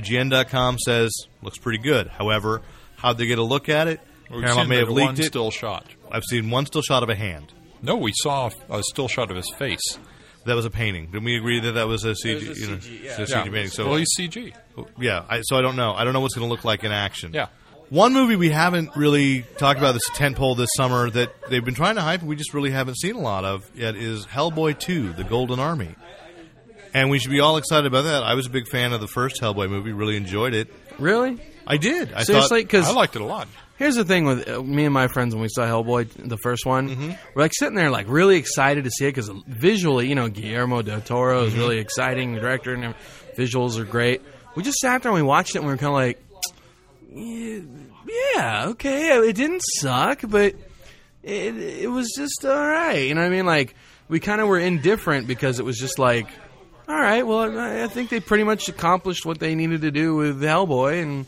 D: IGN.com says looks pretty good. However, how'd they get a look at it?
C: We've
D: Paramount
C: seen
D: may
C: the
D: have leaked
C: one
D: it.
C: still shot.
D: I've seen one still shot of a hand.
C: No, we saw a still shot of his face.
D: That was a painting. Didn't we agree that that was a CG?
B: was a
D: you know,
B: CG, yeah.
D: a CG painting. So
C: well, he's CG.
D: Yeah, I, so I don't know. I don't know what's going to look like in action.
C: Yeah.
D: One movie we haven't really talked about this tentpole this summer that they've been trying to hype, we just really haven't seen a lot of yet is Hellboy 2: The Golden Army. And we should be all excited about that. I was a big fan of the first Hellboy movie. Really enjoyed it.
B: Really?
D: I did. I
B: Seriously?
D: thought,
B: Because
C: I liked it a lot.
B: Here's the thing with uh, me and my friends when we saw Hellboy, the first one,
D: Mm-hmm.
B: we're like sitting there like really excited to see it because visually, you know, Guillermo del Toro
D: Mm-hmm.
B: is really exciting, the director, and visuals are great. We just sat there and we watched it and we were kind of like, yeah, okay, it didn't suck, but it it was just all right. You know what I mean? Like we kind of were indifferent because it was just like, all right, well, I I think they pretty much accomplished what they needed to do with Hellboy, and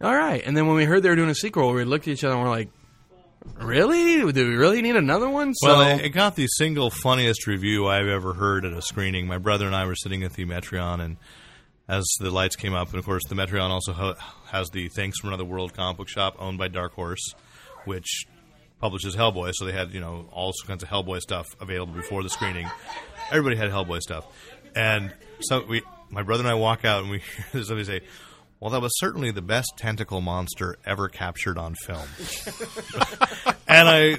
B: all right. And then when we heard they were doing a sequel, we looked at each other and we're like, really? Do we really need another one? So
D: Well, it, it got the single funniest review I've ever heard at a screening. My brother and I were sitting at the Metreon, and as the lights came up, and of course, the Metreon also ho- has the Thanks from Another World comic book shop owned by Dark Horse, which publishes Hellboy. So they had you know all kinds of Hellboy stuff available before the screening. Everybody had Hellboy stuff, and so we, my brother and I, walk out, and we hear somebody say. Well, that was certainly the best tentacle monster ever captured on film. And I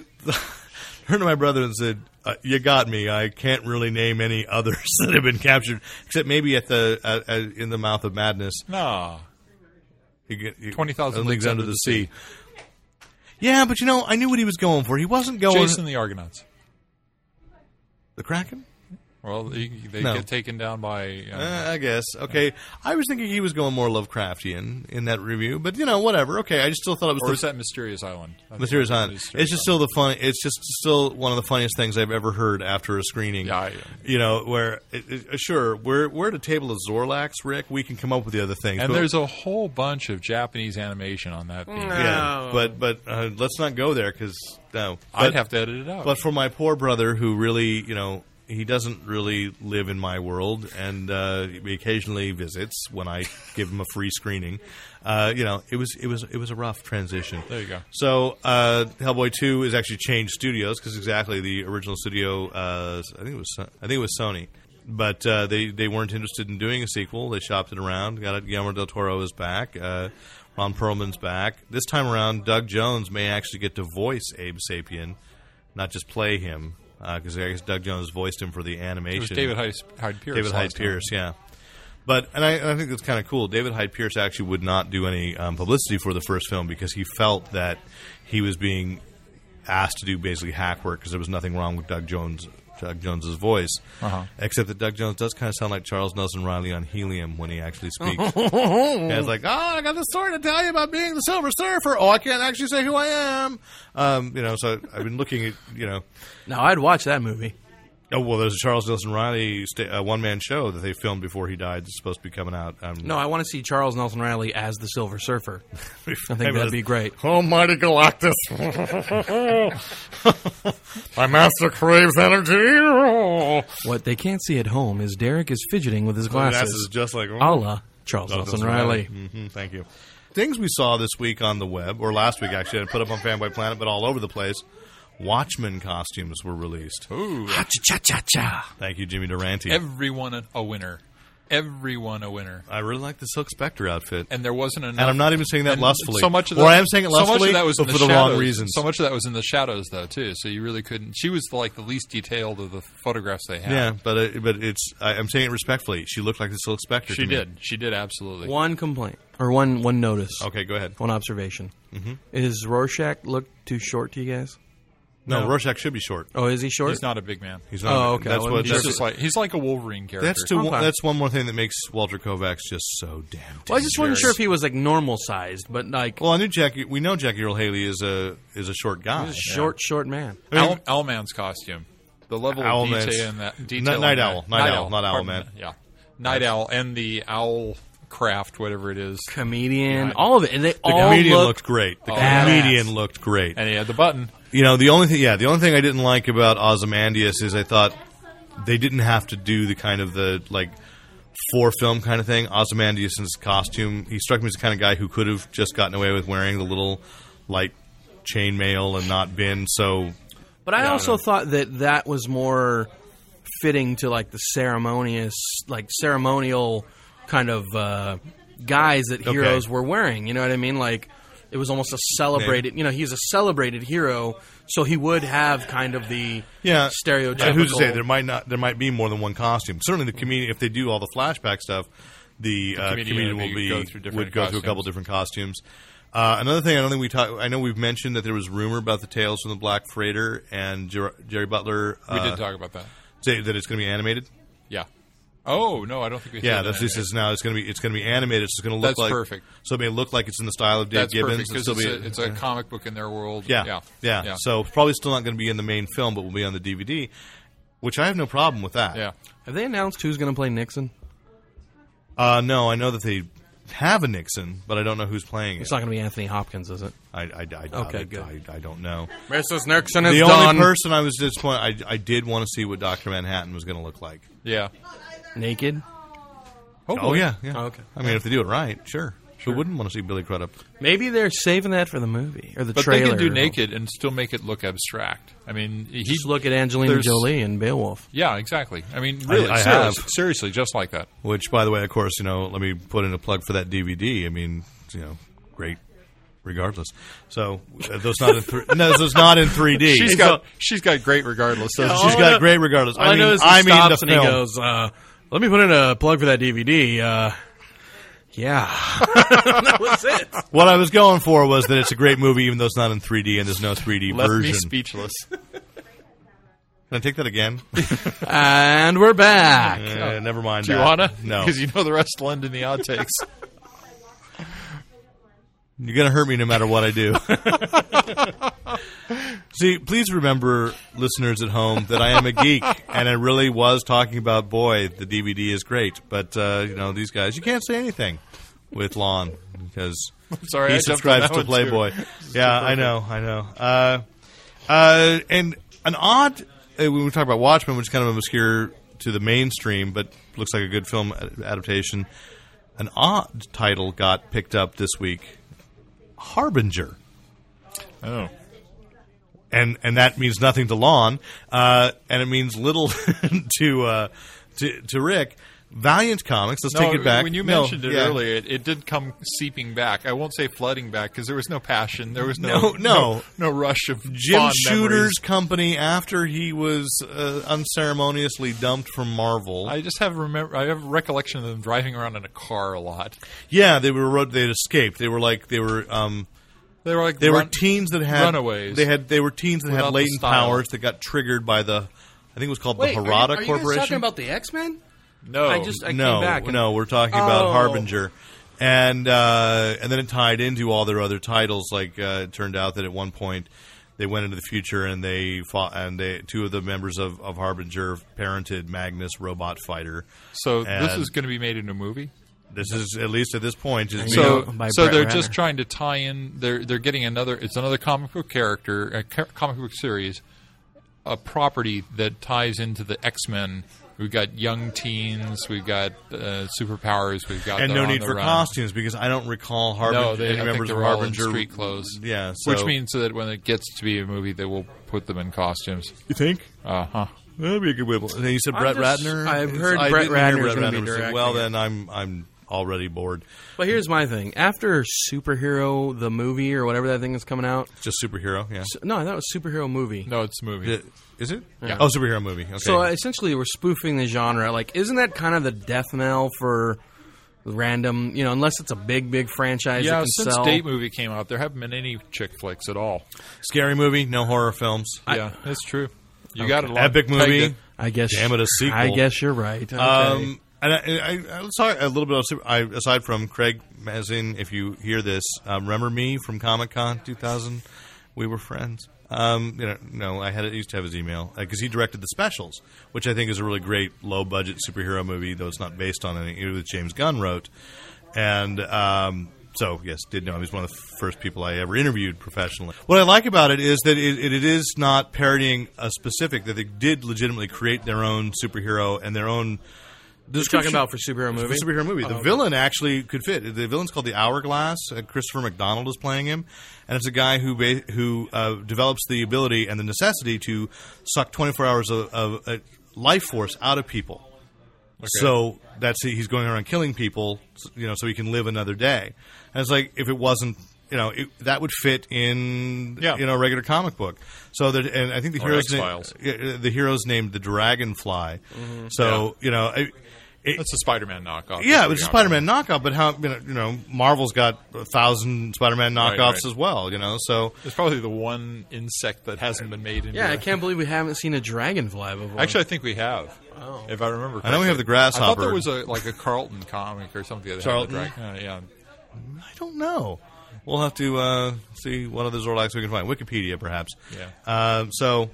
D: turned to my brother and said, uh, "You got me. I can't really name any others that have been captured, except maybe at the uh, uh, in the mouth of madness.
C: No.
D: You get- you- uh,
C: 20,000
D: Leagues Under the Sea. Yeah, but you know, I knew what he was going for. He wasn't going
C: Jason the Argonauts.
D: the Kraken.
C: Well, they, they
D: No.
C: get taken down by. Uh,
D: Uh, I guess. Okay, I was thinking he was going more Lovecraftian in that review, but you know, whatever. Okay, I just still thought it was
C: or
D: the
C: is that Mysterious Island? I think
D: Mysterious
C: that's
D: Island. It's just still the fun. It's just still one of the funniest things I've ever heard after a screening.
C: Yeah, I-
D: you know where it, it, uh, sure we're we're at a table of Zorlax, Rick. We can come up with the other things.
C: And
D: but-
C: there's a whole bunch of Japanese animation on that. thing.
D: yeah, but but uh, let's not go there because no,
C: I'd
D: But-
C: have to edit it out.
D: But for my poor brother, who really you know he doesn't really live in my world, and uh, he occasionally visits when I give him a free screening. Uh, you know, it was it was it was a rough transition.
C: There you go.
D: So uh, Hellboy Two is actually changed studios because exactly the original studio uh, I think it was Son- I think it was Sony, but uh, they they weren't interested in doing a sequel. They shopped it around. Got it. Guillermo del Toro is back. Uh, Ron Perlman's back. This time around, Doug Jones may actually get to voice Abe Sapien, not just play him, because I guess Doug Jones voiced him for the animation.
C: it was David Hyde, Hyde Pierce.
D: David Hyde
C: last time.
D: Pierce, yeah. But and I, and I think that's kind of cool. David Hyde Pierce actually would not do any um, publicity for the first film because he felt that he was being asked to do basically hack work because there was nothing wrong with Doug Jones. Doug Jones's voice,
C: Uh-huh.
D: except that Doug Jones does kind of sound like Charles Nelson Riley on Helium when he actually speaks. and it's like, oh, I got this story to tell you about being the Silver Surfer. Oh, I can't actually say who I am. Um, you know, so I've been looking at you know.
B: now I'd watch that movie.
D: Oh well, there's a Charles Nelson Riley sta- uh, one man show that they filmed before he died. It's supposed to be coming out. Um,
B: No, I want to see Charles Nelson Riley as the Silver Surfer. I think that'd be great.
D: Oh, mighty Galactus! My master craves energy.
B: What they can't see at home is Derek is fidgeting with his
D: Glasses is
B: glasses.
D: just like oh,
B: A la Charles Nelson Riley.
D: hmm thank you. Things we saw this week on the web, or last week actually, I put up on Fanboy Planet, but all over the place. Watchmen costumes were released.
C: Ooh,
B: Cha cha cha.
D: Thank you, Jimmy Durante.
C: everyone a- a winner. Everyone a winner.
D: I really like this Silk Spectre outfit.
C: And there wasn't enough.
D: And I'm not even saying that
C: and
D: lustfully.
C: So much of
D: or
C: that-
D: I am saying it lustfully,
C: so much of that was
D: but
C: in
D: for the
C: shadows.
D: wrong reasons.
C: So much of that was in the shadows, though, too. So you really couldn't. She was like the least detailed of the photographs they had.
D: Yeah, but uh, but it's I, I'm saying it respectfully. She looked like the Silk Spectre.
C: she
D: to me.
C: did. She did absolutely.
B: One complaint or one one notice.
D: Okay, go ahead.
B: One observation. Is Rorschach look too short to you guys?
D: No, Rorschach should be short.
B: Oh, is he short?
C: He's not a big man.
D: He's not.
B: Oh, okay.
D: That's
B: Well,
D: what.
B: he's
C: He's
D: That's,
C: just like he's like a Wolverine character.
D: that's to-
B: Okay.
D: That's one more thing that makes Walter Kovacs just so damn.
B: well, I just wasn't
D: dangerous.
B: sure if he was like normal sized, but like
D: Well, I knew Jackie. We know Jackie Earl Haley is a is a short guy.
B: he's a short, short man.
C: Owl, Owlman's costume. The level of
D: Owlman's-
C: detail in that detail.
D: Night- Night
C: in that-
D: Owl. Night Owl, not
C: Pardon
D: Owlman.
C: me. Yeah, Night Owl and the owl craft, whatever it is,
B: Comedian,
C: Yeah.
B: all of it, and they
D: The
B: all
D: comedian
B: look
D: looked great.
C: Oh,
D: The
B: badass.
D: comedian looked great.
C: and he had the button.
D: You know, the only thing, yeah, the only thing I didn't like about Ozymandias is I thought they didn't have to do the kind of the like four film kind of thing. Ozymandias' costume, he struck me as the kind of guy who could have just gotten away with wearing the little light chainmail and not been so.
B: But I
D: I
B: also
D: don't
B: thought that that was more fitting to like the ceremonious, like ceremonial kind of uh, guys that heroes were wearing. You know what I mean? Like it was almost a celebrated. You know, he's a celebrated hero, so he would have kind of the
D: Yeah,
B: stereotypical.
D: Who's to say there might not there might be more than one costume? Certainly, the comedian if they do all the flashback stuff, the, uh,
C: comedian
D: comedian will
C: would
D: be
C: uh, go through different
D: would go through a couple
C: costumes.
D: different costumes. Uh, another thing I don't think we talked. I know we've mentioned that there was rumor about the Tales from the Black Freighter and Jer- Jerry Butler.
C: We
D: Uh,
C: did talk about that.
D: say that it's going to be animated.
C: Yeah. Oh no, I don't think we.
D: Yeah,
C: did
D: that's
C: that.
D: this is now. It's going to be it's going to be animated. So it's going to look
C: That's
D: like
C: perfect.
D: So it may look like it's in the style of Dave
C: That's
D: Gibbons.
C: perfect
D: and
C: because
D: still
C: it's,
D: be-
C: a, it's a comic book in their world.
D: Yeah,
C: yeah,
D: yeah, So it's probably still not going to be in the main film, but will be on the DVD, which I have no problem with that.
C: yeah.
B: Have they announced who's going to play Nixon?
D: Uh, no, I know that they have a Nixon, but I don't know who's playing
B: It's
D: it.
B: not going to be Anthony Hopkins, is it?
D: I, I, I doubt
B: Okay,
D: it.
B: good.
D: I, I don't know.
B: Mrs. Nixon is
D: the only person I was disappointed. I, I did want to see what Doctor Manhattan was going to look like.
C: yeah.
B: Naked.
D: Oh yeah, yeah.
B: Oh, okay.
D: I mean, if they do it right, sure. Who wouldn't want to see Billy Crudup?
B: Maybe they're saving that for the movie or the
C: But
B: trailer.
C: they can do naked and still make it look abstract. I mean, he
B: Just look at Angelina
C: There's-
B: Jolie and Beowulf.
C: Yeah, exactly. I mean, really,
D: I
C: seriously,
D: have.
C: seriously, just like that.
D: Which, by the way, of course, you know, let me put in a plug for that DVD. I mean, you know, great. Regardless, so uh, those not in thr no, those not in 3D.
C: She's got she's got great regardless. So
D: she's
B: all I
D: got
B: know-
D: great regardless.
B: All I,
D: I mean,
B: know is he
D: I mean
B: stops
D: the
B: and he
D: film.
B: goes, uh, "Let me put in a plug for that DVD." Uh, yeah, that was it.
D: What I was going for was that it's a great movie, even though it's not in 3D and there's no 3D
C: left
D: version.
C: me speechless.
D: Can I take that again?
B: And we're back.
D: Eh, never mind.
C: Do you
D: that.
C: wanna?
D: No,
C: because you know the rest will end in the odd takes.
D: you're gonna hurt me no matter what I do. See, please remember, listeners at home, that I am a geek, and I really was talking about. Boy, the DVD is great, but uh, you know these guys, you can't say anything with Lon because
C: Sorry,
D: he
C: I jumped on
D: subscribes
C: that
D: to
C: one, too.
D: Playboy. Yeah, I know, I know. Uh, uh, and an odd uh, when we talk about Watchmen, which is kind of obscure to the mainstream, but looks like a good film a- adaptation. An odd title got picked up this week: Harbinger,
C: Oh,
D: and and that means nothing to Lon, uh, and it means little to uh, to to Rick. Valiant Comics. Let's
C: no,
D: take it back.
C: when you
D: No,
C: mentioned it
D: yeah.
C: earlier, it, it did come seeping back. I won't say flooding back because there was no passion, there was
D: No,
C: no
D: no.
C: no rush of
D: Jim
C: fond
D: Shooter's
C: memories.
D: company after he was uh, unceremoniously dumped from Marvel.
C: I just have remember. I have a recollection of them driving around in a car a lot.
D: yeah, they were road. They had escaped. They were like they were um
C: They were like
D: they were
C: run-
D: teens that had
C: runaways.
D: They had they were teens that
C: Without
D: had
C: the
D: latent
C: style.
D: powers that got triggered by the I think it was called the Harada Corporation.
B: about the X Men?
C: No,
B: I just- I came
D: no,
B: back and-
D: no, we're talking about
B: Oh.
D: Harbinger. And uh, and then it tied into all their other titles. Like uh, it turned out that at one point they went into the future and they fought, and they two of the members of, of Harbinger parented Magnus Robot Fighter.
C: so this
D: And-
C: is going to be made into a movie.
D: This is at least at this point. Is
B: you
C: So,
B: know, by
C: so
B: Brett
C: they're
B: Ratner.
C: just trying to tie in. They're they're getting another. It's another comic book character, a ca- comic book series, a property that ties into the X Men. We've got young teens. We've got uh, superpowers. We've got
D: and
C: they're
D: no
C: on
D: need
C: the
D: for
C: run.
D: costumes because I don't recall Harbinger.
C: No, they,
D: any
C: I think
D: members
C: they're
D: of
C: all in
D: Harbinger
C: street clothes.
D: Yeah,
C: which
D: so-
C: means so that when it gets to be a movie, they will put them in costumes.
D: You think
C: Uh huh.
D: that'd be a good wibble? And then you said
B: I'm
D: Brett
B: just-
D: Ratner.
B: I've
D: It's-
B: heard
D: I
B: Brett
D: didn't hear
B: Ratner's
D: Brett
B: gonna be
D: Ratner. So,
B: directing
D: well,
B: it.
D: then I'm I'm already bored.
B: But here's my thing: after superhero the movie or whatever that thing is coming out.
D: It's just superhero. Yeah.
B: No, that was superhero movie.
C: No, it's a movie.
D: Is it- Is it? Oh, superhero movie. Okay.
B: So uh, essentially, we're spoofing the genre. Like, isn't that kind of the death knell for random? You know, unless it's a big, big franchise
C: yeah,
B: that can
C: since
B: sell.
C: Date Movie came out, there haven't been any chick flicks at all.
D: scary movie, no horror films.
C: yeah, that's true. You got a lot.
D: Epic movie.
B: I guess.
D: Damn it, a sequel.
B: I guess you're right. Okay.
D: Um, and I, I, I, let's talk a little bit. Of, super- I, aside from Craig Mazin, if you hear this, um, remember me from Comic Con 2000. We were friends. Um, you know, no, I had I used to have his email because he directed the specials, which I think is a really great low budget superhero movie, though it's not based on any that James Gunn wrote. And um, so, yes, did know. He was one of the first people I ever interviewed professionally. What I like about it is that it, it, it is not parodying a specific, that they did legitimately create their own superhero and their own
B: Just talking about for superhero movie. Oh.
D: for superhero movie.
C: Oh,
D: The villain actually could fit. The villain's called the Hourglass. Uh, Christopher McDonald is playing him, and it's a guy who ba- who uh, develops the ability and the necessity to suck 24 hours of, of uh, life force out of people. So that's he's going around killing people, s- you know, so he can live another day. And it's like if it wasn't, you know, it, that would fit in,
C: Yeah.
D: you know, a regular comic book. So that, and I think the
C: Or
D: hero's na-
C: X-Files. Mm-hmm.
D: uh, the hero's named the Dragonfly. So you know, I, it-
C: That's a Spider-Man knockoff.
D: yeah, it was
C: That's
D: a
C: pretty
D: Spider-Man knockoff, but how you know, you know Marvel's got a thousand Spider-Man knockoffs
C: Right, right.
D: as well, you know. So
C: obvious. It's probably the one insect that hasn't been made. Into
B: Yeah, I can't believe we haven't seen a dragonfly before.
C: Actually, I think we have.
B: Oh.
C: If I remember, correctly.
D: I know we have the
C: I thought
D: grasshopper.
C: there was a like a Carlton comic or something. That had the
D: Charlton?
C: drag- uh, yeah,
D: I don't know. We'll have to uh, see what other Zorlax we can find. Wikipedia, perhaps.
C: Yeah.
D: Uh, so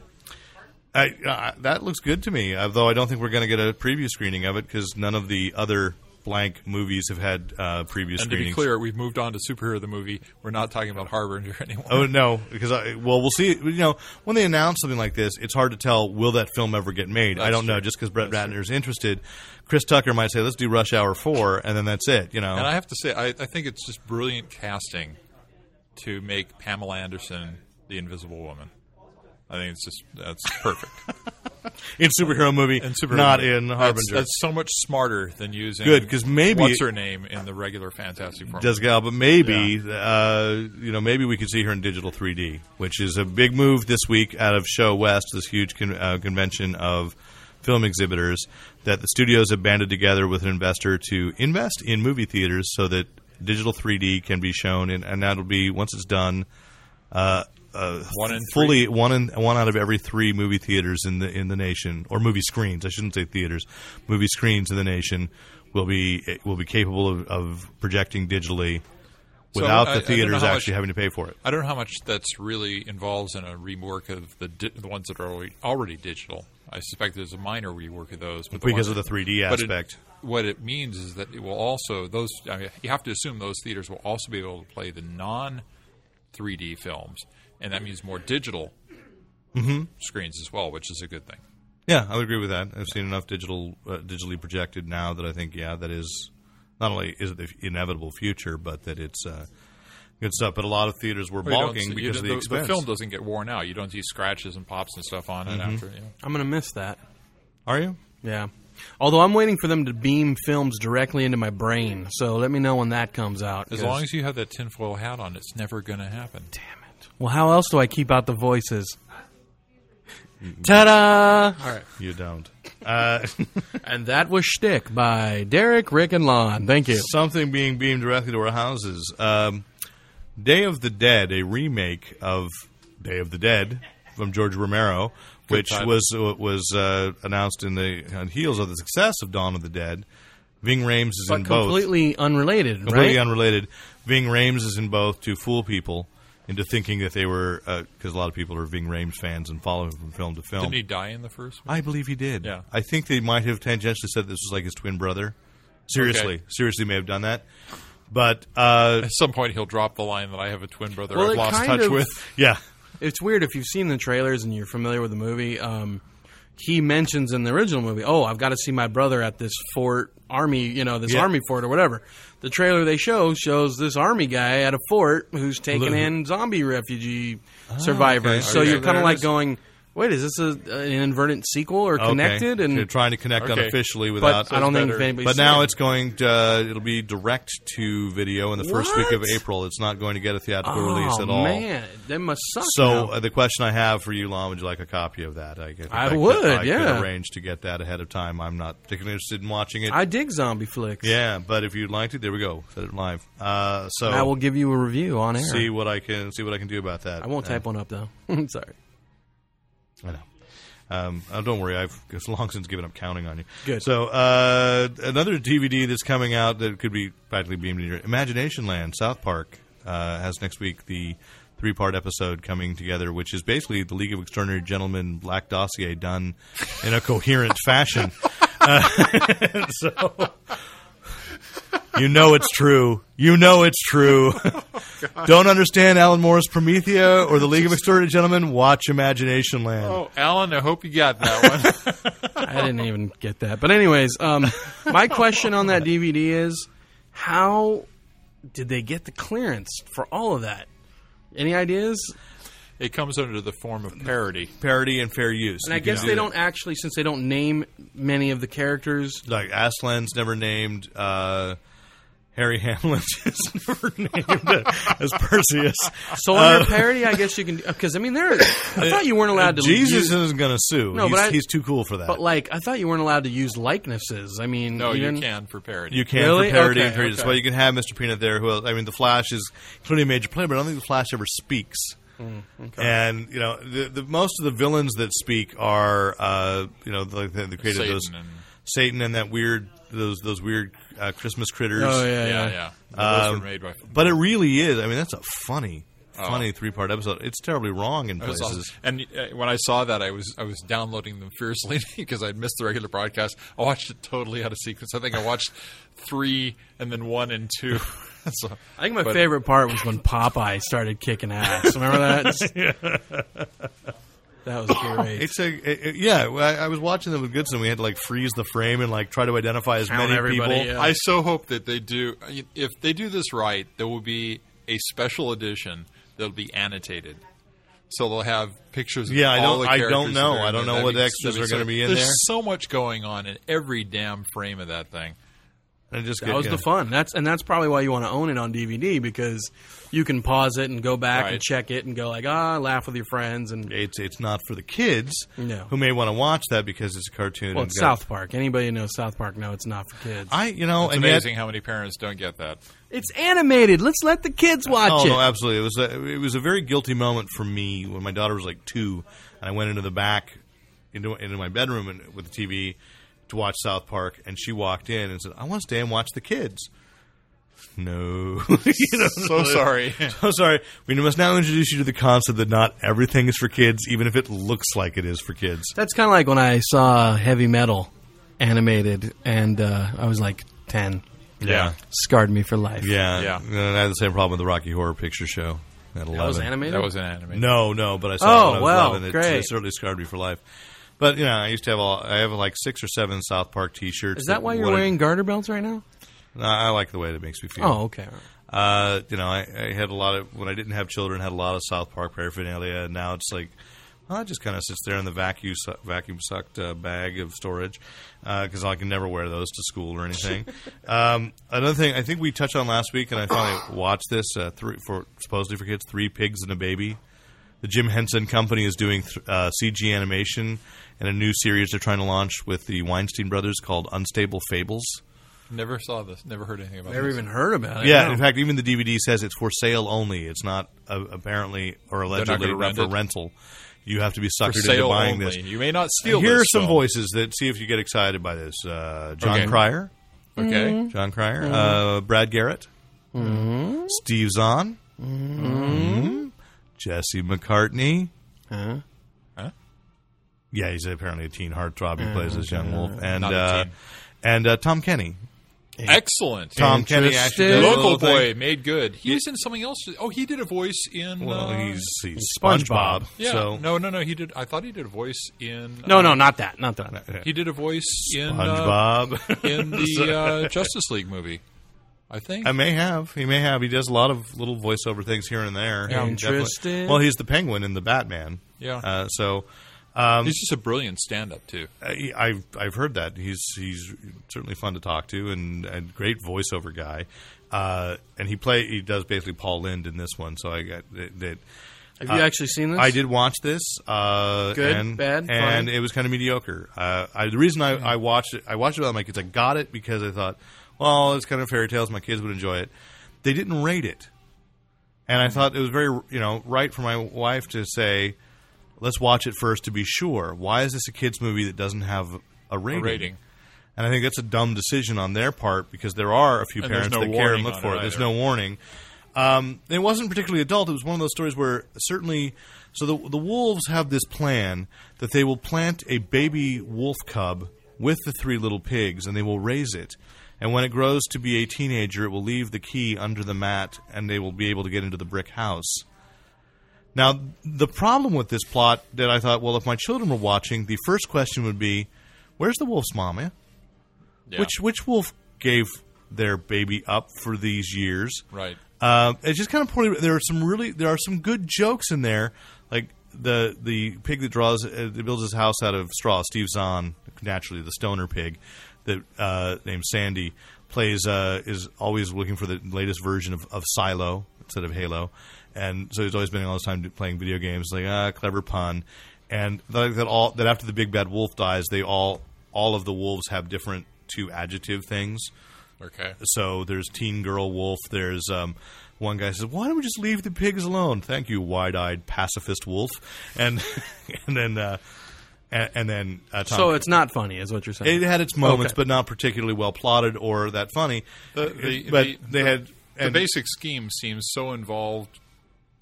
D: I, uh, that looks good to me, although I don't think we're going to get a preview screening of it because none of the other blank movies have had uh, preview
C: and to
D: screenings.
C: be clear, we've moved on to superhero the movie. We're not talking about Harbinger anymore.
D: Oh no, because I well we'll see. You know, when they announce something like this, it's hard to tell will that film ever get made. I
C: That's
D: don't know.
C: true.
D: Just because Brett Ratner's interested, Chris Tucker might say, "Let's do Rush Hour 4, and then that's it. You know,
C: And I have to say, I, I think it's just brilliant casting to make Pamela Anderson the Invisible Woman. I think it's just that's perfect.
D: in superhero movie,
C: And super,
D: not in
C: that's-
D: Harbinger.
C: That's, so much smarter than using
D: Good, 'cause maybe-
C: what's her name in the regular Fantastic Four.
D: does gal, but maybe uh, you know maybe we could see her in digital 3D, which is a big move this week out of Show West, this huge con- uh, convention of film exhibitors that the studios have banded together with an investor to invest in movie theaters so that digital 3D can be shown, in, and that'll be once it's done. Uh, uh,
C: One in
D: fully one in one out of every three movie theaters in the in the nation or movie screens. I shouldn't say theaters, movie screens in the nation will be will be capable of, of projecting digitally
C: So
D: without
C: I- I
D: the
C: don't know
D: theaters
C: how much-
D: actually having to pay for it.
C: I don't know how much that's really involves in a rework of the di- the ones that are already, already digital. I suspect there's a minor rework of those, but the
D: Because
C: ones-
D: of the 3D
C: but it-
D: aspect.
C: what it means is that it will also those. I mean, you have to assume those theaters will also be able to play the non 3D films, and that means more digital
D: Mm-hmm.
C: screens as well, which is a good thing.
D: Yeah, I would agree with that. I've seen enough digital uh, digitally projected now that I think yeah, that is not only is it the inevitable future, but that it's uh, good stuff. But a lot of theaters were
C: Well, you don't
D: balking
C: see-
D: because
C: you
D: of the,
C: don't- the,
D: expense. Mm-hmm.
C: film doesn't get worn out. You don't see scratches and pops and stuff on it after. You know.
B: I'm gonna miss that.
D: Are you?
B: Yeah. Although I'm waiting for them to beam films directly into my brain, so let me know when that comes out.
C: As
B: 'cause-
C: long as you have that tinfoil hat on, it's never going to happen.
B: well, how else do I keep out the voices? Ta-da!
D: Mm-hmm. You don't. Uh,
B: And that was Shtick by Derek, Rick, and Lon. Thank you.
D: something being beamed directly to our houses. Um, Day of the Dead, a remake of Day of the Dead from George Romero, which
C: title.
D: was was uh, announced in the on heels of the success of Dawn of the Dead. Ving Rhames is in
B: But
D: both,
B: completely unrelated,
D: completely
B: right?
D: unrelated. Ving Rhames is in both to fool people into thinking that they were because a lot of people are Ving Rhames fans and follow him from film to film.
C: Didn't he die in the first one?
D: I believe he did.
C: Yeah.
D: I think they might have tangentially said this was like his twin brother. Seriously,
C: Okay.
D: seriously, may have done that. But uh,
C: At some point, he'll drop the line that I have a twin brother
B: Well,
C: I've
B: it
C: lost
B: kind
C: touch
B: of-
C: with.
D: yeah,
B: it's weird if you've seen the trailers and you're familiar with the movie. Um, he mentions in the original movie, "Oh, I've got to see my brother at this fort, army, you know, this
D: Yeah.
B: army fort or whatever." The trailer they show shows this army guy at a fort who's taking
D: Look-
B: in zombie refugee survivors.
D: Ah, okay.
B: So
D: Okay,
B: you're kind of
D: there it
B: like
D: is.
B: going, "Wait, is this a, an inadvertent sequel or
D: Okay.
B: connected?" And
D: They're trying to connect
C: Okay.
D: unofficially without.
B: but I don't think
C: better.
B: if anybody's
D: But now
B: seen it.
D: it's going. To, uh, it'll be direct to video in the first week of
B: What?
D: April. It's not going to get a theatrical
B: oh,
D: release at all.
B: Man, that must suck.
D: So
B: now.
D: uh, the question I have for you, Lon, would you like a copy of that? I, I, think
B: I
D: could-
B: would,
D: I
B: yeah.
D: could arrange to get that ahead of time. I'm not particularly interested in watching it.
B: I dig zombie flicks.
D: yeah, but if you'd like to, there we go. Set it live. Uh, so
B: I will give you a review on air.
D: see what I can see what I can do about that.
B: I won't
D: Uh,
B: type one up though. I'm sorry.
D: I know. Um, uh, don't worry, I've it's long since given up counting on you.
B: Good.
D: So uh, another DVD that's coming out that could be practically beamed in your imagination land. South Park uh, has next week the three part episode coming together, which is basically the League of Extraordinary Gentlemen Black Dossier done in a coherent fashion. Uh, so you know it's true. You know it's true.
B: Oh,
D: Don't understand Alan Moore's Promethea or the League of Extraordinary Gentlemen? Watch Imagination Land.
C: Oh, Alan, I hope you got that one.
B: I didn't even get that. But anyways, um, my question on that DVD is, how did they get the clearance for all of that? Any ideas?
C: it comes under the form of parody.
D: parody and fair use.
B: And I
D: You can
B: guess
D: do
B: they
D: that.
B: don't actually, since they don't name many of the characters.
D: Like Aslan's never named. Uh, Harry Hamlin is never named as Perseus.
B: So under parody, I guess you can because I mean there. I thought you weren't allowed to
D: Jesus
B: use-
D: is going to sue.
B: No,
D: he's,
B: but I-
D: he's too cool for that.
B: but like I thought you weren't allowed to use likenesses. I mean,
C: No, you
B: didn't-
C: can for parody.
D: you can
B: Really?
D: for parody
B: Okay,
D: and parody as
B: okay.
D: well. You can have Mr. Peanut there. Who else? I mean, the Flash is clearly a major player, but I don't think the Flash ever speaks.
B: Mm,
D: And you know, the, the most of the villains that speak are uh, you know the, the, the creative
C: Satan
D: those
C: and-
D: Satan and that weird those those weird uh, Christmas critters.
B: Oh yeah,
C: yeah,
B: yeah.
C: yeah. Those
D: Um,
C: were made by.
D: But it really is. I mean, that's a funny,
B: Oh.
D: funny three part episode. It's terribly wrong in
C: It was
D: places.
C: awesome. And uh, when I saw that, I was I was downloading them fiercely because I'd missed the regular broadcast. I watched it totally out of sequence. I think I watched three and then one and two. so,
B: I think my
C: but-
B: favorite part was when Popeye started kicking ass. Remember that? Just- That was great.
D: It's a it, it- yeah. well, I, I was watching them with Goodson. We had to like freeze the frame and like try to identify as
B: Count
D: many
B: everybody,
D: people.
B: yeah.
C: I so hope that they do. If they do this right, there will be a special edition that'll be annotated. So they'll have pictures. Of
D: Yeah, I
C: all
D: don't-
C: the
D: I don't
C: characters
D: know.
C: that are in
D: I don't
C: there.
D: know
C: That'd
D: what
C: be-
D: extras
C: that'd
D: are gonna
C: so-
D: be in there.
C: There's so much going on in every damn frame of that thing.
D: And just
B: That was the fun. That's and that's probably why you want to own it on DVD because you can pause it and go back
C: Right.
B: and check it and go like ah laugh with your friends and
D: It's it's not for the kids
B: No.
D: who may want to watch that because it's a cartoon.
B: well
D: and
B: it's
D: got-
B: South Park. Anybody who knows South Park? No, it's not for kids.
D: I you know
C: It's
D: and yet-
C: amazing how many parents don't get that.
B: it's animated. Let's let the kids watch
D: Oh
B: it.
D: no, absolutely. It was a, it was a very guilty moment for me when my daughter was like two, and I went into the back into into my bedroom and, with the TV to watch South Park, and she walked in and said, "I want to stay and watch the kids." No, You know,
C: So sorry.
D: so sorry. We must now introduce you to the concept that not everything is for kids, even if it looks like it is for kids.
B: That's kind of like when I saw heavy metal animated, and uh, I was like ten.
D: Yeah,
B: Scarred me for life.
D: yeah,
C: Yeah.
D: And I had the same problem with the Rocky Horror Picture Show at eleven.
B: that was animated.
C: That was an anime.
D: No, no, but I saw
B: Oh,
D: it when I
B: wow,
D: was 11. It,
B: great.
D: it certainly scarred me for life. But you know, I used to have all. I have like six or seven South Park T-shirts.
B: Is that why you're
D: what I-
B: wearing garter belts right now?
D: No, I like the way that makes me feel.
B: Oh, okay.
D: Uh, you know, I, I had a lot of when I didn't have children, had a lot of South Park paraphernalia. And now it's like, well, it just kind of sits there in the vacuum su- vacuum sucked uh, bag of storage because I can never wear those to school or anything. um, another thing I think we touched on last week, and I finally watched this uh, three for supposedly for kids, three pigs and a baby. The Jim Henson Company is doing th- uh, CG animation and a new series they're trying to launch with the Weinstein brothers called Unstable Fables.
C: Never saw this. Never heard anything about
B: Never
C: this.
B: even heard about it.
D: Yeah,
B: no.
D: in fact, even the DVD says it's for sale only. It's not uh, apparently or allegedly
C: gonna
D: not
C: rent
D: for
C: it.
D: rental. You have to be
C: For
D: suckered into
C: sale
D: buying
C: only.
D: this.
C: You may not steal
D: Here
C: this,
D: are some
C: so-
D: voices that see if you get excited by this. Uh, John
C: Okay. Mm-hmm.
D: Cryer,
C: Okay.
D: John Cryer, uh, Brad Garrett,
C: Mm-hmm.
D: Steve Zahn, Mhm. Jesse McCartney.
C: Huh?
D: Yeah, he's apparently a teen heartthrob. He plays this young wolf, and
C: Mm-hmm. Not a
D: uh,
C: teen.
D: and uh, Tom Kenny.
C: Excellent.
D: Tom Kenny actually does a
B: Interested.
C: Local
D: little thing.
C: boy made good. He was in something else. Oh, he did a voice in.
D: Well,
C: uh,
D: he's, he's
B: SpongeBob.
D: SpongeBob.
C: yeah.
D: So
C: No, no, no. He did. I thought he did a voice in.
B: No,
C: uh,
B: no, not that, not that.
C: He did a voice in uh,
D: SpongeBob.
C: in the uh, Justice League movie. I think.
D: I may have. He may have. He does a lot of little voiceover things here and there.
B: Yeah.
D: He definitely-
B: Interested.
D: Well, he's the Penguin in the Batman.
C: Yeah.
D: Uh, so um,
C: he's just a brilliant stand-up too.
D: I, I've I've heard that he's he's certainly fun to talk to and a great voiceover guy. Uh, and he play he does basically Paul Lind in this one. So I got that. that
B: Have you
D: uh,
B: actually seen this?
D: I did watch this. Uh,
B: Good,
D: and,
B: bad,
D: and
B: fine.
D: it was kind of mediocre. Uh, I, the reason I, I watched it, I watched it with my kids. I got it because I thought, well, it's kind of fairy tales. My kids would enjoy it. They didn't rate it, and I
B: Mm.
D: thought it was very, you know, right for my wife to say, "Let's watch it first to be sure." Why is this a kids movie that doesn't have a rating?
C: rating.
D: And I think that's a dumb decision on their part because there are a few
C: And there's
D: parents
C: no
D: that care and
C: warning
D: look
C: on
D: for
C: it
D: it. There's
C: either.
D: no warning. Um, it wasn't particularly adult. It was one of those stories where certainly, so the the wolves have this plan that they will plant a baby wolf cub with the three little pigs, and they will raise it. And when it grows to be a teenager, it will leave the key under the mat, and they will be able to get into the brick house. Now, the problem with this plot that I thought, well, if my children were watching, the first question would be, "Where's the wolf's mama?"
C: Yeah.
D: Which which wolf gave their baby up for these years?
C: right.
D: Uh, it's just kind of poorly. There are some really there are some good jokes in there, like the the pig that draws uh, that builds his house out of straw. Steve Zahn, naturally the stoner pig, that uh, named Sandy. plays uh, is always looking for the latest version of, of Silo instead of Halo, and so he's always been all his time playing video games. Like ah, clever pun, and that, that all that after the big bad wolf dies, they all all of the wolves have different two adjective things.
C: Okay.
D: So there's Teen Girl Wolf. There's um, one guy says, "Why don't we just leave the pigs alone?" Thank you, wide-eyed pacifist wolf. And and then uh, and, and then uh, Tom
B: So it's not funny, is what you're saying.
D: it had its moments,
B: Okay.
D: but not particularly well plotted or that funny.
C: The- the-
D: but
C: the-
D: they had and
C: the basic scheme seems so involved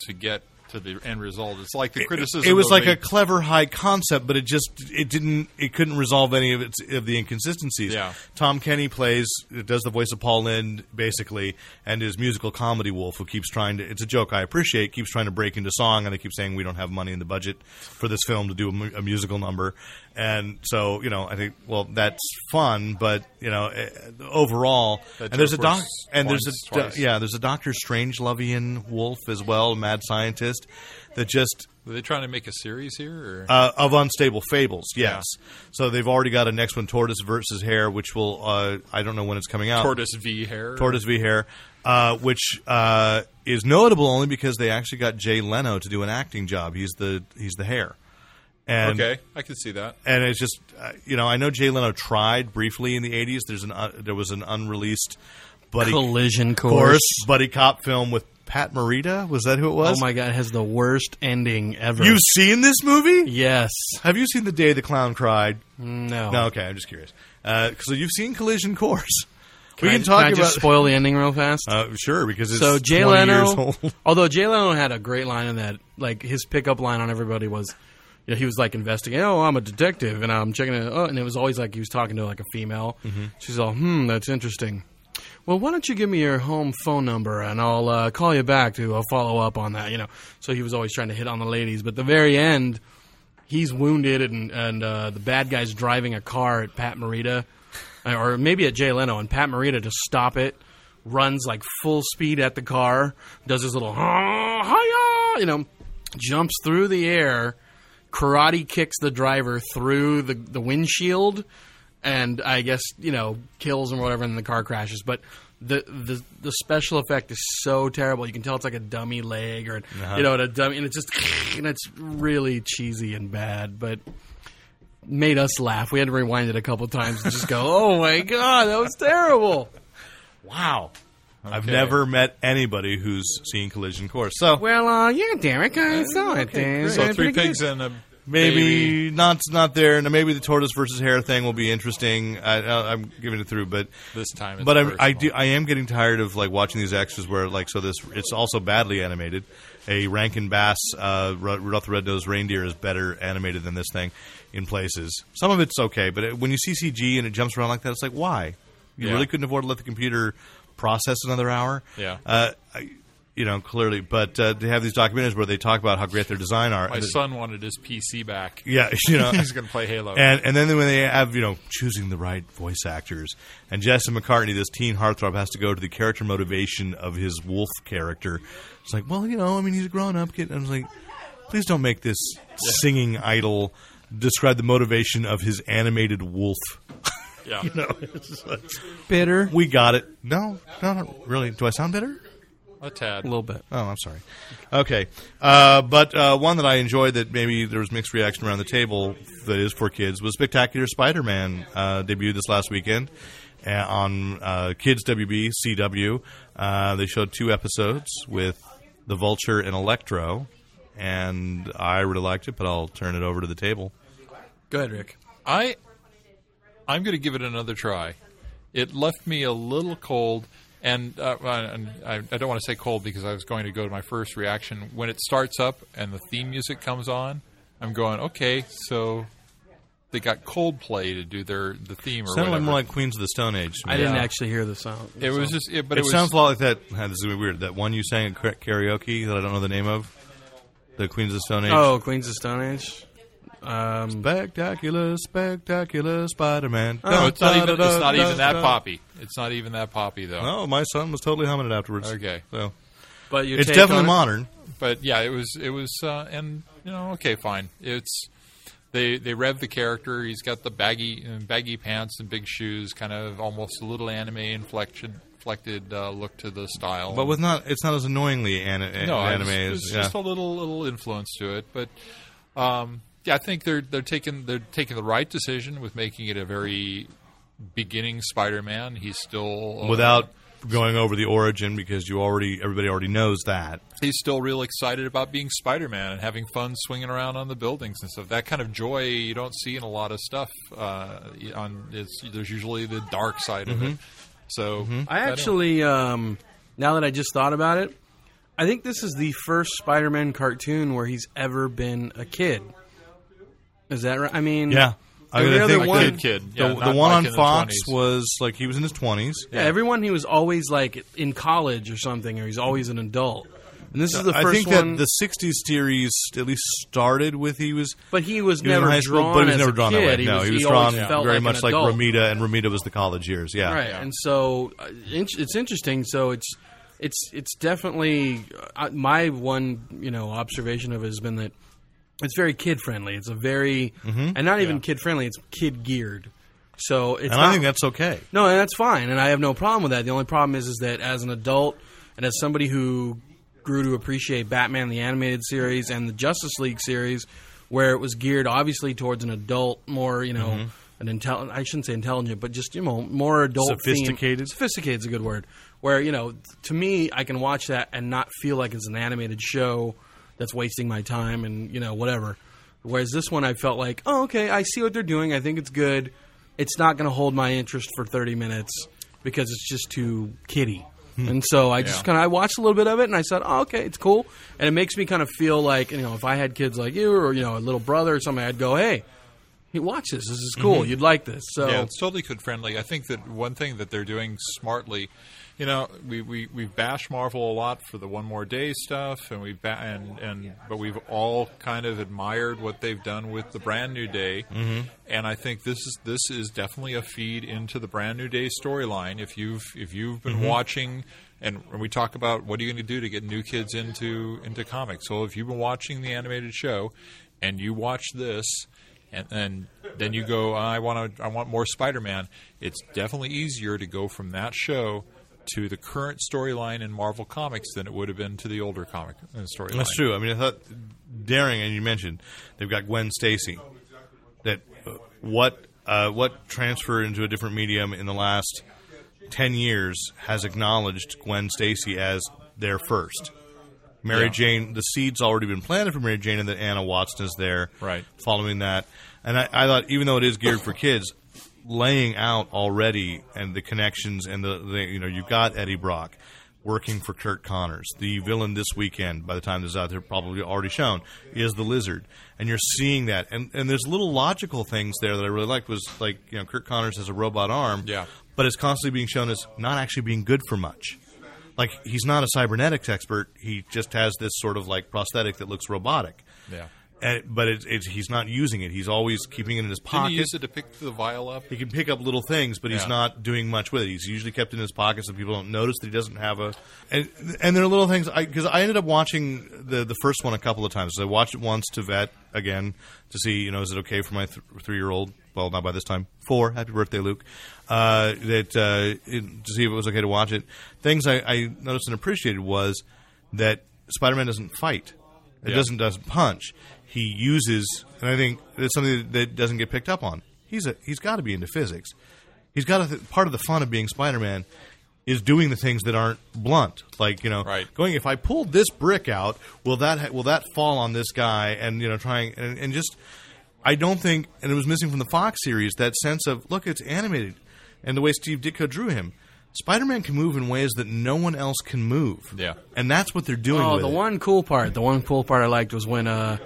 C: to get to the end result. It's like the criticism.
D: It was
C: of
D: like a
C: the-
D: clever high concept, but it just it didn't it couldn't resolve any of its of the inconsistencies.
C: Yeah.
D: Tom Kenny plays does the voice of Paul Lynde basically, and his musical comedy wolf who keeps trying to. It's a joke I appreciate. Keeps trying to break into song, and they keep saying we don't have money in the budget for this film to do a, mu- a musical number. And so you know, I think well that's fun, but you know, eh, overall,
C: That
D: and there's a
C: joke
D: doc,
C: works
D: and there's
C: once,
D: a doc-
C: twice.
D: yeah, there's a Doctor Strange Lovian wolf as well, mad scientist that just
C: Were they trying to make a series here? Or?
D: uh, of unstable fables. Yes. So they've already got a next one, Tortoise versus Hare, which will uh, I don't know when it's coming out.
C: Tortoise v. Hare.
D: Tortoise v Hare, uh, which uh, is notable only because they actually got Jay Leno to do an acting job. He's the he's the hare. And
C: Okay, I can see that.
D: and it's just uh, you know I know Jay Leno tried briefly in the '80s. There's an uh, there was an unreleased buddy
B: Collision
D: course
B: course.
D: buddy cop film with Pat Morita. Was that who it
B: Oh
D: was?
B: my god, it has the worst ending ever.
D: You've seen this movie?
B: yes.
D: Have you seen the day the clown cried?
B: No.
D: No, okay. I'm just curious. Uh, so you've seen Collision Course. we
B: Can I-
D: can talk
B: can I
D: about
B: just spoil the ending real fast.
D: uh, sure because it's
B: so Jay
D: 20 years
B: Leno,
D: old.
B: although Jay Leno had a great line in that, like his pickup line on everybody was, you know, he was like investigating. Oh, I'm a detective, and I'm checking it. Oh, and it was always like he was talking to like a female.
D: Mm-hmm.
B: She's all, hmm, that's interesting. Well, why don't you give me your home phone number and I'll uh, call you back to uh, follow up on that. You know, so he was always trying to hit on the ladies, but the very end, he's wounded and and uh, the bad guy's driving a car at Pat Morita, uh, or maybe at Jay Leno, and Pat Morita to stop it runs like full speed at the car, does his little "Ah, hiya, you know, jumps through the air, karate kicks the driver through the the windshield, and I guess you know kills him or whatever, and the car crashes, but. The, the the special effect is so terrible. You can tell it's like a dummy leg or you know and a dummy, and it's just and it's really cheesy and bad. But made us laugh. We had to rewind it a couple times and just go, "Oh my god, that was terrible."
D: wow. I've
C: Okay.
D: never met anybody who's seen Collision Course. So
B: Well, uh, yeah, Derek, I saw it. There.
C: So three pigs uh, and a baby.
D: maybe not not there, and maybe the tortoise versus hare thing will be interesting. I, I, I'm giving it through, but
C: This time it's
D: but I'm, I
C: personal.
D: do I am getting tired of like watching these extras where like so this it's also badly animated. A Rankin Bass uh, Ru- Rudolph the Red Nosed Reindeer is better animated than this thing in places. Some of it's okay, but it, when you see CG and it jumps around like that, it's like why you
C: Yeah.
D: really couldn't afford to let the computer process another hour.
C: Yeah.
D: Uh, I, you know, clearly, but uh, they have these documentaries where they talk about how great their design are.
C: My
D: And it-
C: son wanted his PC back.
D: yeah, you know,
C: He's going to play Halo.
D: and and then when they have you know choosing the right voice actors and Jesse McCartney, this teen heartthrob has to go to the character motivation of his wolf character. It's like, well, you know, I mean, he's a grown up kid. And I was like, please don't make this singing idol describe the motivation of his animated wolf.
C: yeah.
D: No, it's like,
B: bitter.
D: we got it. No, no, not really. Do I sound bitter?
C: A tad.
B: A little bit.
D: Oh, I'm sorry. Okay, uh, but uh, one that I enjoyed that maybe there was mixed reaction around the table that is for kids was Spectacular Spider-Man uh, debuted this last weekend uh, on uh, Kids WB CW. Uh, they showed two episodes with the Vulture and Electro, and I really liked it. But I'll turn it over to the table.
B: Go ahead, Rick.
C: I I'm going to give it another try. It left me a little cold, and, uh, and I, I don't want to say cold because I was going to go to my first reaction when it starts up and the theme music comes on. I'm going okay, so they got Coldplay to do their the theme or
D: Sounded
C: whatever.
D: more like Queens of the Stone Age. to me.
B: I didn't actually hear the sound.
C: it was just, it, but
D: It,
C: it, was,
D: sounds a lot like that. ah, This is gonna be weird. That one you sang at kara- karaoke that I don't know the name of. The Queens of the Stone Age.
B: Oh, Queens of Stone Age. Um,
D: Spectacular, spectacular Spider-Man.
C: no, it's not even it's not even that poppy. It's not even that poppy though.
D: No, my son was totally humming it afterwards.
C: Okay.
D: so
B: but your
D: it's
B: take
D: definitely
B: on it?
D: modern.
C: but yeah, it was it was uh, and you know okay fine. It's They they rev the character. He's got the baggy uh, baggy pants and big shoes, kind of almost a little anime inflection inflected uh, look to the style.
D: But with not, it's not as annoyingly an,
C: no
D: anime
C: it's,
D: as
C: it's
D: yeah.
C: just a little little influence to it, but. Um, yeah, I think they're they're taking they're taking the right decision with making it a very beginning Spider-Man. He's still uh,
D: without going over the origin because you already everybody already knows that.
C: he's still real excited about being Spider-Man and having fun swinging around on the buildings and stuff. That kind of joy you don't see in a lot of stuff. Uh, on it's, there's usually the dark side of it. So
B: I actually, um, now that I just thought about it, I think this is the first Spider-Man cartoon where he's ever been a kid. Is that right? I mean,
D: Yeah, I
B: Every
D: mean, I
B: other
D: think
B: one-
D: the-
B: Kid,
C: kid.
D: The,
C: Yeah,
D: the one
C: not like
D: on
C: in the
D: Fox
C: 20s.
D: was like he was in his twenties.
B: yeah, Everyone he was always like in college or something, or he's always an adult. And this is the
D: I
B: first
D: think
B: one.
D: that the '60s series at least started with he was.
B: but he was
D: He was
B: never
D: in high school,
B: drawn
D: but he was
B: as
D: never
B: a
D: drawn
B: kid.
D: that way.
B: He
D: no,
B: was,
D: he was
B: always
D: drawn
B: felt
D: very much
B: an
D: like
B: adult.
D: Ramita, and Ramita was the college years. Yeah,
B: right? And so uh, in- it's interesting. So it's it's it's definitely uh, my one you know observation of it has been that it's very kid friendly. It's a very
D: Mm-hmm.
B: and not even kid friendly. It's kid geared. So it's
D: and
B: not,
D: I think that's okay.
B: no, and that's fine, and I have no problem with that. The only problem is, is that as an adult and as somebody who grew to appreciate Batman the animated series and the Justice League series, where it was geared obviously towards an adult, more you know, an intelligent. I shouldn't say intelligent, but just you know, more adult, theme-
D: Sophisticated?
B: Sophisticated is a good word. Where you know, to me, I can watch that and not feel like it's an animated show that's wasting my time and you know whatever. Whereas this one, I felt like, oh, okay, I see what they're doing. I think it's good. It's not going to hold my interest for 30 minutes because it's just too kiddie. And so I just
C: Hmm. Yeah.
B: kind of I watched a little bit of it and I said, oh, okay, it's cool. And it makes me kind of feel like you know, if I had kids like you or you know, a little brother or something, I'd go, hey, hey, watch this. This is cool. You'd like this. So
C: Mm-hmm. Yeah, it's totally kid friendly. I think that one thing that they're doing smartly, you know, we we we bash Marvel a lot for the One More Day stuff, and we ba- and and but we've all kind of admired what they've done with the Brand New Day, mm-hmm. and I think this is this is definitely a feed into the Brand New Day storyline. If you've if you've been watching. And when we talk about what are you going to do to get new kids into into comics, so if you've been watching the animated show, and you watch this, and then then you go I want to I want more Spider-Man. It's definitely easier to go from that show to the current storyline in Marvel Comics than it would have been to the older comic uh, storyline.
D: That's true. I mean, I thought Daring, and you mentioned they've got Gwen Stacy. That uh, what uh, what transfer into a different medium in the last ten years has acknowledged Gwen Stacy as their first. Mary
C: Yeah.
D: Jane, the seed's already been planted for Mary Jane, and that Anna Watson is there,
C: Right.
D: Following that, and I, I thought even though it is geared for kids, laying out already and the connections and the, the you know you've got Eddie Brock working for Kurt Connors, the villain this weekend. By the time this is out there, probably already shown is the Lizard, and you're seeing that. And and there's little logical things there that I really liked was like you know Kurt Connors has a robot arm,
C: Yeah.
D: but it's constantly being shown as not actually being good for much like he's not a cybernetics expert. He just has this sort of like prosthetic that looks robotic.
C: Yeah.
D: And, but it, it's he's not using it. He's always keeping it in his
C: Didn't
D: pocket.
C: he use it to pick the vial up?
D: He can pick up little things, but he's
C: Yeah.
D: not doing much with it. He's usually kept in his pocket so people don't notice that he doesn't have a. And, and there are little things because I, ended up watching the the first one a couple of times. So I watched it once to vet again to see you know is it okay for my th- three year old? Well, not by this time. Four. Happy birthday, Luke. Uh, that uh, it, to see if it was okay to watch it. Things I, I noticed and appreciated was that Spider Man doesn't fight. It
C: Yeah.
D: doesn't doesn't punch. He uses, and I think that's something that doesn't get picked up on. He's a he's got to be into physics. He's got to part of the fun of being Spider-Man is doing the things that aren't blunt, like you know,
C: Right.
D: going if I pulled this brick out, will that ha- will that fall on this guy? And you know, trying and, and just I don't think, and it was missing from the Fox series that sense of look, it's animated, and the way Steve Ditko drew him. Spider-Man can move in ways that no one else can move.
C: Yeah.
D: and that's what they're doing.
B: Oh,
D: with
B: the
D: it.
B: one cool part. The one cool part I liked was when uh,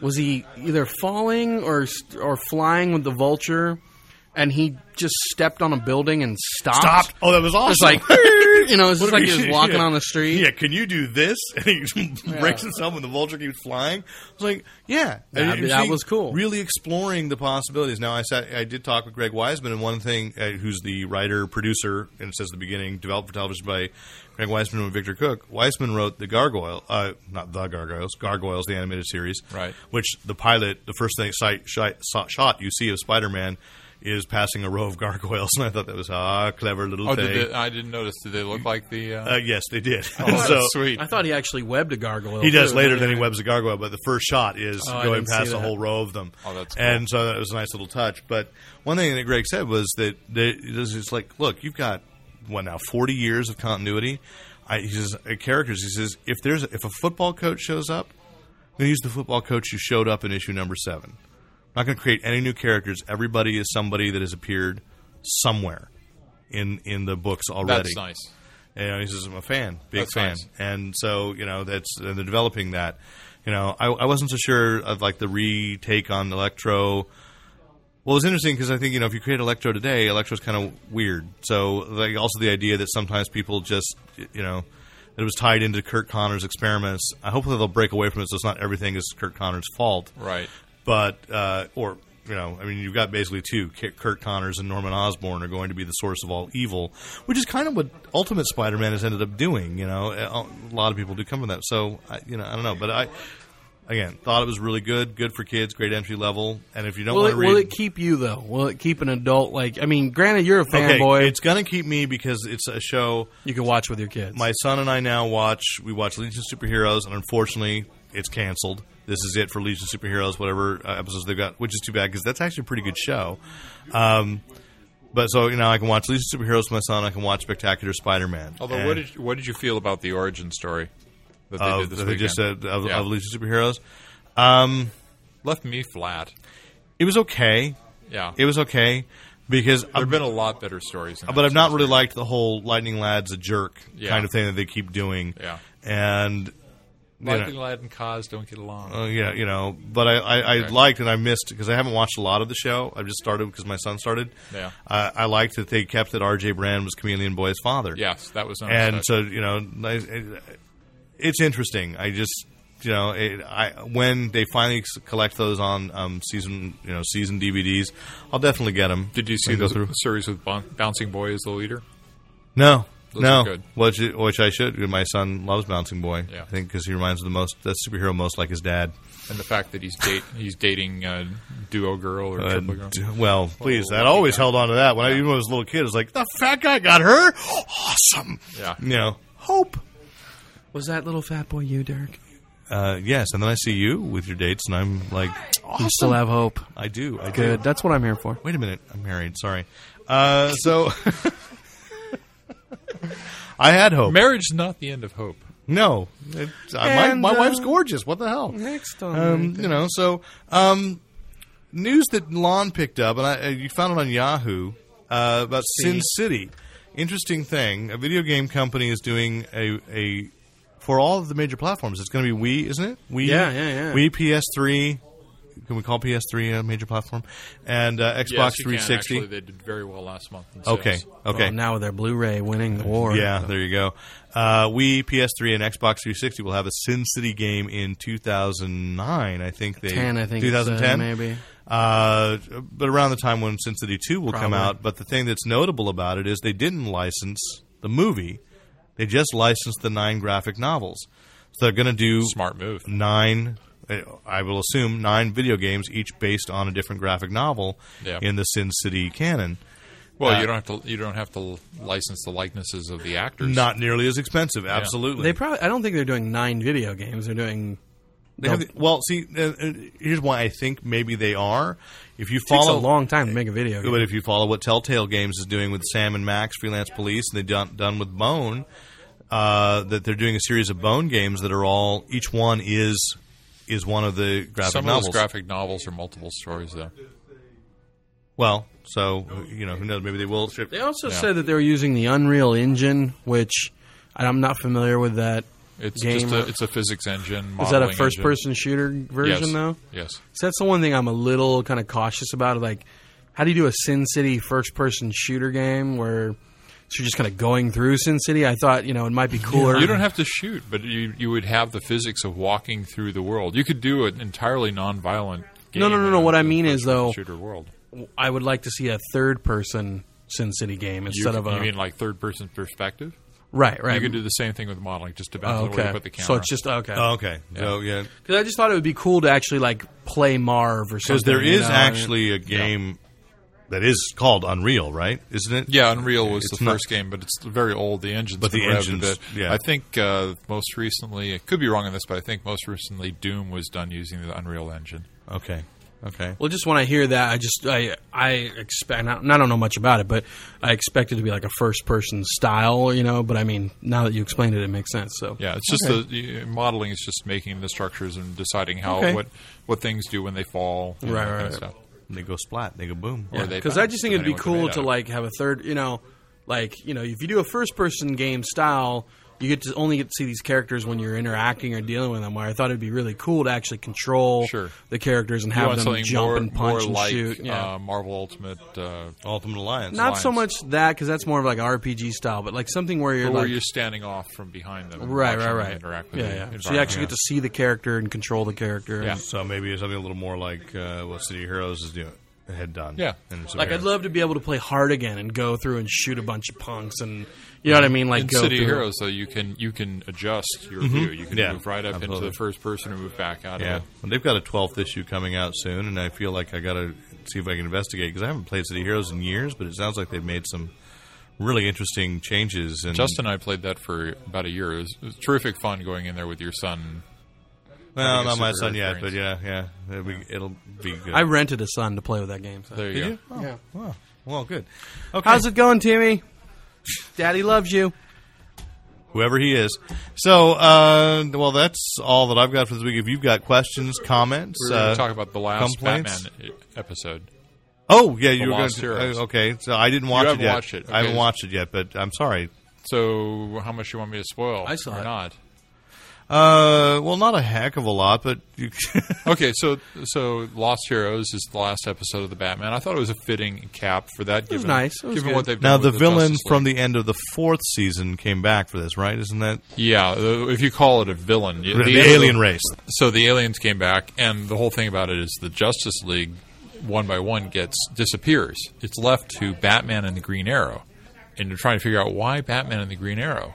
B: was he either falling or st- or flying with the vulture, and he just stepped on a building and stopped.
D: stopped. Oh, that was awesome.
B: It's like You know, it's just
D: What
B: like
D: if
B: he was
D: you-
B: walking
D: yeah.
B: on the street.
D: Yeah, can you do this? And he breaks himself, and the vulture keeps flying. I was like, yeah,
B: That-
D: And- and
B: that
D: she
B: was cool.
D: Really exploring the possibilities. Now, I sat, I did talk with Greg Wiseman, and one thing, uh, who's the writer, producer, and it says at the beginning, developed for television by Greg Wiseman and Victor Cook. Wiseman wrote the Gargoyle, uh, not the Gargoyles, Gargoyles, the animated series,
C: Right.
D: Which the pilot, the first thing sight, shot, shot you see of Spider Man. Is passing a row of gargoyles, and I thought that was ah clever little
C: Oh,
D: thing.
C: did they, I didn't notice. Did they look like the? Uh,
D: Uh, yes, they did.
C: oh,
D: so
C: that's sweet.
B: I thought he actually webbed a gargoyle.
D: he does
B: too.
D: later than he webs a gargoyle, but the first shot is
B: Oh, I
D: going
B: didn't see
D: past a
B: that.
D: whole row of them.
C: Oh, that's
D: and so that was a nice little touch. But one thing that Greg said was that they, this is like, look, you've got what now, forty years of continuity. I, he says uh, characters. He says if there's if a football coach shows up, I'm going to use the football coach who showed up in issue number seven. I'm not going to create any new characters. Everybody is somebody that has appeared somewhere in in the books already.
C: that's nice.
D: And he says, I'm a fan, big
C: That's
D: fan.
C: nice.
D: And so, you know, that's and they're developing that. You know, I, I wasn't so sure of like the retake on Electro. Well, it's interesting because I think you know if you create Electro today, Electro's kind of weird. So, like, also the idea that sometimes people just you know it was tied into Kurt Connor's experiments. I hope that they'll break away from it, so it's not everything is Kurt Connor's fault
C: Right.
D: but uh, or you know, I mean, you've got basically two: Ki- Kurt Connors and Norman Osborn are going to be the source of all evil, which is kind of what Ultimate Spider-Man has ended up doing. You know, a a lot of people do come from that. So I, you know, I don't know, but I again thought it was really good, good for kids, great entry level, and if you don't
B: Will
D: want
B: it,
D: to read.
B: will it keep you though? Will it keep an adult like? I mean, granted, you're a
D: Okay,
B: fanboy.
D: it's going to keep me because it's a show
B: you can watch with your kids.
D: my son and I now watch. We watch Legion of Superheroes, and unfortunately, it's canceled. This is it for Legion of Superheroes. Whatever uh, episodes they've got, which is too bad because that's actually a pretty good show. Um, but so you know, I can watch Legion of Superheroes with my son. I can watch Spectacular Spider-Man.
C: Although,
D: And
C: what did you, what did you feel about the origin story that they
D: of,
C: did this
D: that they
C: weekend?
D: just said of,
C: Yeah.
D: of Legion of Superheroes? Um,
C: Left me flat.
D: it was okay.
C: Yeah.
D: It was okay because
C: there
D: I've
C: have been a lot better stories, than
D: but
C: that,
D: I've not
C: so-
D: really liked the whole Lightning Lad's a jerk
C: Yeah.
D: kind of thing that they keep doing.
C: Yeah.
D: and you know-
C: Lightning Lad and Cos don't get along.
D: Uh, yeah, you know, but I, I, I liked and I missed because I haven't watched a lot of the show. I just started because my son started.
C: Yeah.
D: I I liked that they kept that R.J. Brand was Chameleon Boy's father.
C: yes, that was nice.
D: and so you know, nice- it- it's interesting. I just you know, it, I when they finally s- collect those on um, season you know season DVDs, I'll definitely get them.
C: Did you see
D: go
C: the
D: through?
C: series with Bon- Bouncing Boy as the leader?
D: No.
C: Those
D: no,
C: are good.
D: which which I should. My son loves Bouncing Boy.
C: Yeah.
D: I think because he reminds him the most that superhero most like his dad.
C: And the fact that he's date he's dating a duo girl or
D: Uh,
C: triple girl.
D: d- well, please, that
C: lucky
D: always
C: guy.
D: held on to that. When I even when I was a little kid, it was like the fat guy got her. Awesome.
C: Yeah.
D: You know, hope.
B: was that little fat boy you, Dirk?
D: Uh, yes, and then I see you with your dates, and I'm like,
B: You still have hope.
D: I do, I
B: Good.
D: do.
B: That's what I'm here for.
D: Wait a minute, I'm married. Sorry. Uh, so I had hope.
C: Marriage's not the end of hope.
D: no, It's- I-
B: And,
D: my, my
B: uh,
D: wife's gorgeous. What the hell?
B: Next
D: Um, you know, so um, news that Lon picked up, and I, uh, you found it on Yahoo uh, about Sin City. Interesting thing: a video game company is doing a, a for all of the major platforms. It's going to be Wii, isn't it? Wii,
B: Yeah, yeah, yeah.
D: Wii, PS3. Can we call PS3 a major platform? And uh, Xbox
C: Yes, you can.
D: 360.
C: Actually, they did very well last month. in
D: okay,
C: sales.
D: okay.
B: Well, now with their Blu-ray winning the war.
D: Yeah, there you go. Uh, we PS3 and Xbox 360 will have a Sin City game in 2009. I think they
B: 10, I think it said,
D: 2010
B: maybe.
D: Uh, but around the time when Sin City 2 will come
B: Probably.
D: out. But the thing that's notable about it is they didn't license the movie; they just licensed the nine graphic novels. So they're going to do
C: Smart move.
D: nine. uh, I will assume nine video games, each based on a different graphic novel
C: Yeah.
D: in the Sin City canon.
C: Well,
D: Uh,
C: you don't have to. You don't have to license the likenesses of the actors.
D: Not nearly as expensive, absolutely.
B: They probably. I don't think they're doing nine video games. They're doing.
D: They have the- well, see, uh, uh, here's why I think maybe they are. If you
B: Takes a
D: follow
B: long time to make a video game.
D: but if you follow what Telltale Games is doing with Sam and Max, Freelance Police, and they've done, done with Bone, uh, that they're doing a series of Bone games that are all each one is is one of the graphic
C: Some
D: novels.
C: of those graphic novels are multiple stories, though.
D: well, so you know, who knows? Maybe they will. Ship.
B: They also said that they were using the Unreal Engine, which and I'm not familiar with that.
C: It's
B: Game
C: just a,
B: of-
C: it's a physics engine.
B: Is that a
C: modeling engine.
B: first-person shooter version
C: yes.
B: though?
C: Yes.
B: So that's the one thing I'm a little kind of cautious about. Like, how do you do a Sin City first person shooter game where So you're just kind of going through Sin City. I thought you know it might be cooler.
C: You don't have to shoot, but you you would have the physics of walking through the world. You could do an entirely nonviolent. Game
B: no, no,
C: in
B: no,
C: a-
B: what I
C: in a
B: mean is,
C: first-person
B: though,
C: shooter world.
B: I would like to see a third person Sin City game
C: You,
B: instead of a
C: you mean like third person perspective?
B: right, right.
C: You can do the same thing with modeling, just about
B: Oh,
C: the way
B: okay.
C: you put the camera.
B: So it's just okay.
D: Oh, okay. So yeah,
B: Because I just thought it would be cool to actually like play Marv or something.
D: because there
B: you
D: is
B: know?
D: actually a game that is called Unreal, right? Isn't it?
C: Yeah, Unreal was
D: It's
C: the
D: not-
C: first game, but it's very old. The engine's
D: But the
C: been revved
D: engines,
C: a bit.
D: yeah.
C: I think uh, most recently, I could be wrong on this, but I think most recently Doom was done using the Unreal Engine.
D: Okay. Okay.
B: Well, just when I hear that, I just I I expect. and I and I don't know much about it, but I expect it to be like a first person style, you know. But I mean, now that you explained it, it makes sense. So
C: Yeah, it's just the, the modeling is just making the structures and deciding how
B: Okay.
C: what what things do when they fall. and
B: Right,
C: that kind of
B: right.
C: stuff.
D: They go splat. They go boom.
C: Or they
B: because I
C: bounce,
B: just think it'd be
C: depending on
B: cool
C: what
B: to
C: they're made
B: like have a third, you know, like you know, if you do a first person game style, you get to only get to see these characters when you're interacting or dealing with them. Where I thought it'd be really cool to actually control
C: Sure.
B: the characters and
C: out of. You
B: have
C: want
B: them
C: something
B: jump
C: more,
B: and punch
C: more
B: and
C: like,
B: shoot. Yeah.
C: uh, Marvel Ultimate, uh,
D: Ultimate Alliance.
B: not so much
C: lines.
B: that because that's more of like RPG style, but like something where you're
C: where
B: like
C: you're standing off from behind them. and
B: Right,
C: watching
B: right,
C: them
B: right.
C: Interact with
B: yeah,
C: the
B: yeah. So you
C: environment.
B: actually get to see the character and control the character.
C: Yeah.
D: So maybe something a little more like uh, what City Heroes is doing, had done.
C: Yeah.
D: And it's
B: Like
D: okay.
B: I'd love to be able to play hard again and go through and shoot a bunch of punks and you know what I mean. Like
C: in
B: go
C: City
B: through. Mm-hmm.
C: Heroes, though, you can you can adjust your view. You can
D: Yeah,
C: move right up into
D: absolutely.
C: the first person or move back out
D: Yeah,
C: of it.
D: and they've got a 12th issue coming out soon, and I feel like I got to see if I can investigate because I haven't played City Heroes in years, but it sounds like they've made some really interesting changes. And
C: Justin and I played that for about a year. It was, it was terrific fun going in there with your son.
D: well,
C: having a
D: not my
C: super
D: son yet, but yeah,
C: experience.
D: yeah, it'll be, it'll be good.
B: I rented a son to play with that game. So.
C: There you
D: Did
C: go.
D: you? Oh, Wow. Well, good. Okay.
B: How's it going, Timmy? Daddy loves you.
D: whoever he is. So, uh, well, that's all that I've got for this week. If you've got questions, comments,
C: We were going
D: uh,
C: to talk about the last
D: complaints?
C: Batman e- episode.
D: oh yeah, you
C: The
D: were going
C: Lost
D: to.
C: Heroes.
D: uh, Okay, so I didn't watch it
C: haven't
D: yet.
C: watched it.
D: I haven't
C: Okay.
D: watched it yet, but I'm sorry.
C: So, how much you want me to spoil?
B: I saw
C: or
B: it.
C: not.
D: Uh, well, not a heck of a lot, but you,
C: Okay, so so Lost Heroes is the last episode of the Batman. I thought it was a fitting cap for that. It
B: was
C: given,
B: nice. It was
C: given
B: good.
C: what they've
D: now
C: done
D: the
C: with
D: villain
C: Justice
D: from
C: League.
D: the end of the fourth season came back for this, right? Isn't that
C: yeah, the- if you call it a villain,
D: the, alien race?
C: so the aliens came back, and the whole thing about it is the Justice League, one by one, gets disappears. It's left to Batman and the Green Arrow, and they're trying to figure out why Batman and the Green Arrow.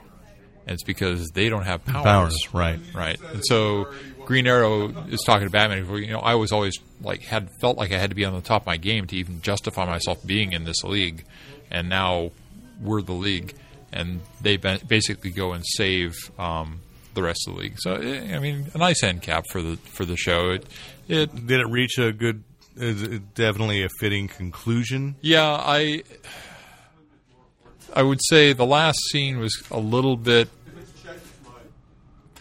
C: And it's because they don't have powers,
D: Powers, right.
C: Right. And so Green Arrow is talking to Batman. You know, I was always like had felt like I had to be on the top of my game to even justify myself being in this league, and now we're the league, and they ba- basically go and save um, the rest of the league. So eh, I mean, a nice end cap for the for the show. It, it
D: Did it reach a good? Is it definitely a fitting conclusion.
C: yeah, I I would say the last scene was a little bit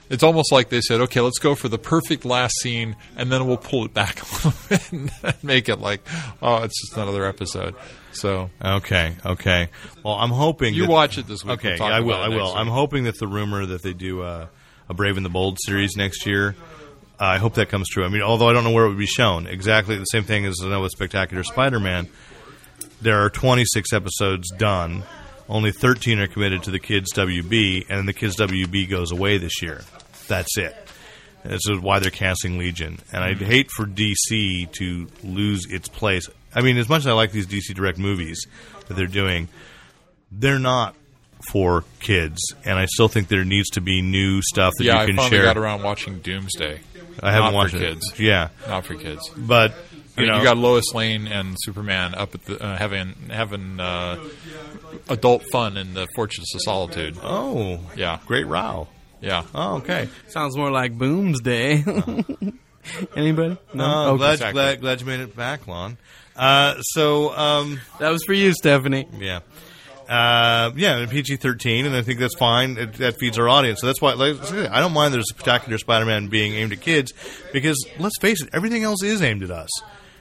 C: it's almost like they said, "Okay, let's go for the perfect last scene, and then we'll pull it back a little bit and make it like, oh, it's just another episode." So
D: Okay, okay. Well, I'm hoping
C: you
D: that-
C: watch it this week.
D: Okay,
C: We'll talk
D: I will.
C: about
D: I
C: it
D: will.
C: next
D: I'm
C: week.
D: hoping that the rumor that they do uh, a Brave and the Bold series next year. uh, I hope that comes true. I mean, although I don't know where it would be shown. Exactly the same thing as I know with Spectacular Spider-Man. There are 26 episodes done. Only 13 are committed to the Kids WB, and the Kids WB goes away this year. That's it. This is why they're canceling Legion. And I'd
C: Mm-hmm.
D: hate for DC to lose its place. I mean, as much as I like these DC Direct movies that they're doing, they're not for kids. And I still think there needs to be new stuff that
C: yeah, I
D: you can
C: finally
D: share.
C: got around watching Doomsday.
D: I haven't
C: Not
D: watched
C: for
D: it.
C: kids.
D: Yeah.
C: Not for kids.
D: But, you
C: You,
D: know,
C: you got Lois Lane and Superman up at the uh, having having uh, adult fun in the Fortress of Solitude.
D: oh,
C: Yeah.
D: Great row.
C: Yeah.
D: Oh, okay.
B: Sounds more like Boomsday. Anybody? No.
D: Oh,
B: Okay.
D: glad,
C: Exactly.
D: glad, glad you made it back, Lon. Uh, so, um,
B: That was for you, Stephanie.
D: Yeah. Uh, yeah, and PG thirteen, and I think that's fine. It, that feeds our audience, so that's why like, I don't mind. There's a spectacular Spider-Man being aimed at kids because let's face it, everything else is aimed at us,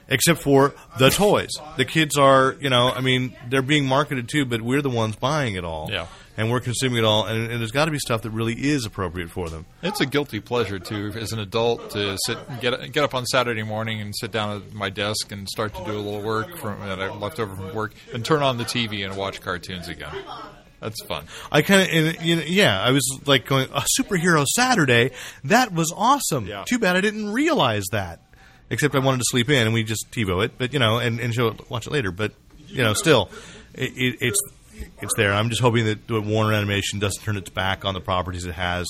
D: except for the toys. The kids are, you know, I mean, they're being marketed to, but we're the ones buying it all,
C: Yeah.
D: and we're consuming it all, and, and there's got to be stuff that really is appropriate for them.
C: It's a guilty pleasure too, as an adult, to sit get get up on Saturday morning and sit down at my desk and start to do a little work from that I left over from work, and turn on the TV and watch cartoons again. That's fun.
D: I kind of, you know, yeah, I was like going, a superhero Saturday? That was awesome.
C: Yeah.
D: Too bad I didn't realize that. Except I wanted to sleep in and we just TiVo it, but, you know, and, and show it, watch it later. But, you know, still, it, it, it's. It's there. I'm just hoping that that Warner Animation doesn't turn its back on the properties it has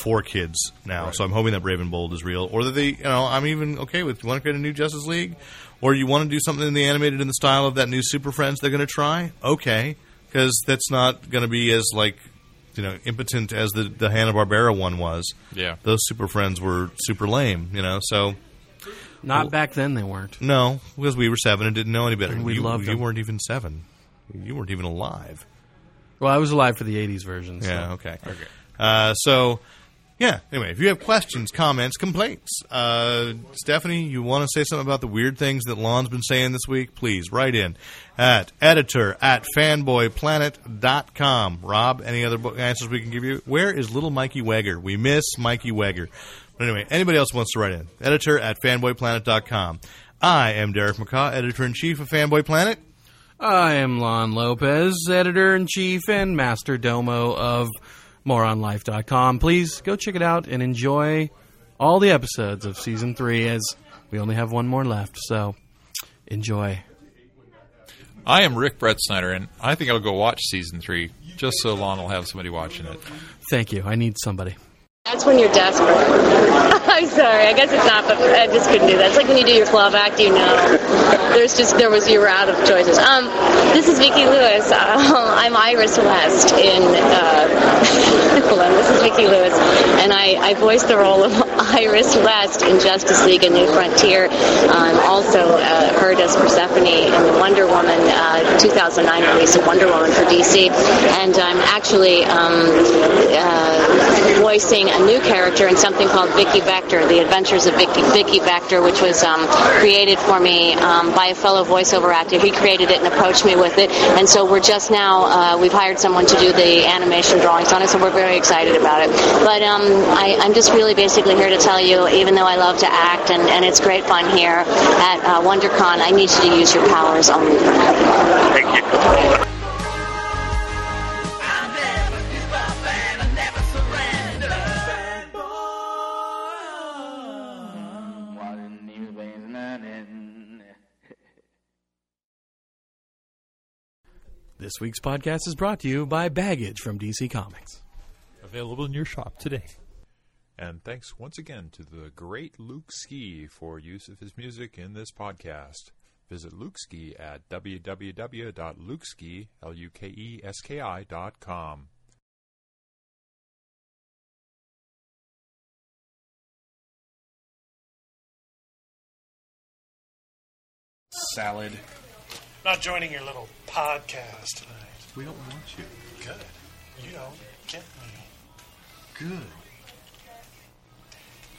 D: for kids now. So I'm hoping that Raven Bold is real, or that they, you know, I'm even okay with. You want to create a new Justice League, or you want to do something in the animated in the style of that new Super Friends they're going to try? Okay, because that's not going to be as like you know impotent as the the Hanna Barbera one was.
C: Yeah.
D: those Super Friends were super lame. You know, so
B: Not back then they weren't.
D: no, because we were seven and didn't know any better.
B: And we
D: you,
B: loved
D: you
B: them.
D: weren't even seven. You weren't even alive.
B: Well, I was alive for the '80s version. So.
D: Yeah. Okay. Okay. Uh, so, yeah. Anyway, if you have questions, comments, complaints, uh, Stephanie, you want to say something about the weird things that Lon's been saying this week? Please write in at editor at fanboyplanet.com. Rob, any other book answers we can give you? Where is little Mikey Wegger? We miss Mikey Wegger. But anyway, anybody else wants to write in? Editor at fanboyplanet.com. I am Derek McCaw, editor in chief of Fanboy Planet.
B: I am Lon Lopez, editor in chief and master domo of moronlife.com. Please go check it out and enjoy all the episodes of season three, as we only have one more left. So enjoy.
C: I am Rick Brett Snyder, and I think I'll go watch season three just so Lon will have somebody watching it.
B: Thank you. I need somebody.
F: That's when you're desperate. I'm sorry. I guess it's not, but I just couldn't do that. It's like when you do your club act, you know. There's just there was you were out of choices. Um, this is Vicki Lewis. Uh, I'm Iris West in. Uh, hold on, this is Vicki Lewis, and I I voiced the role of Iris West in Justice League: A New Frontier. I'm also uh, heard as Persephone in the Wonder Woman uh, 2009 release of Wonder Woman for DC, and I'm actually um, uh, voicing a new character in something called Vicky Vector, The Adventures of Vicky, Vicky Vector, which was um, created for me um, by a fellow voiceover actor. He created it and approached me with it, and so we're just now, uh, we've hired someone to do the animation drawings on it, so we're very excited about it. But um, I, I'm just really basically here to tell you, even though I love to act and, and it's great fun here at uh, WonderCon, I need you to use your powers only for now.
A: I never give up and I never surrender. Fanboy.
B: This week's podcast is brought to you by Baggage from DC Comics.
C: Available in your shop today. And thanks once again to the great Luke Ski for use of his music in this podcast. Visit Luke Ski at www.lukeski, E L-U-K-E-S-K-I dot com.
G: salad. Not joining your little podcast tonight.
H: We don't want you.
G: Good. You don't get me.
H: Good.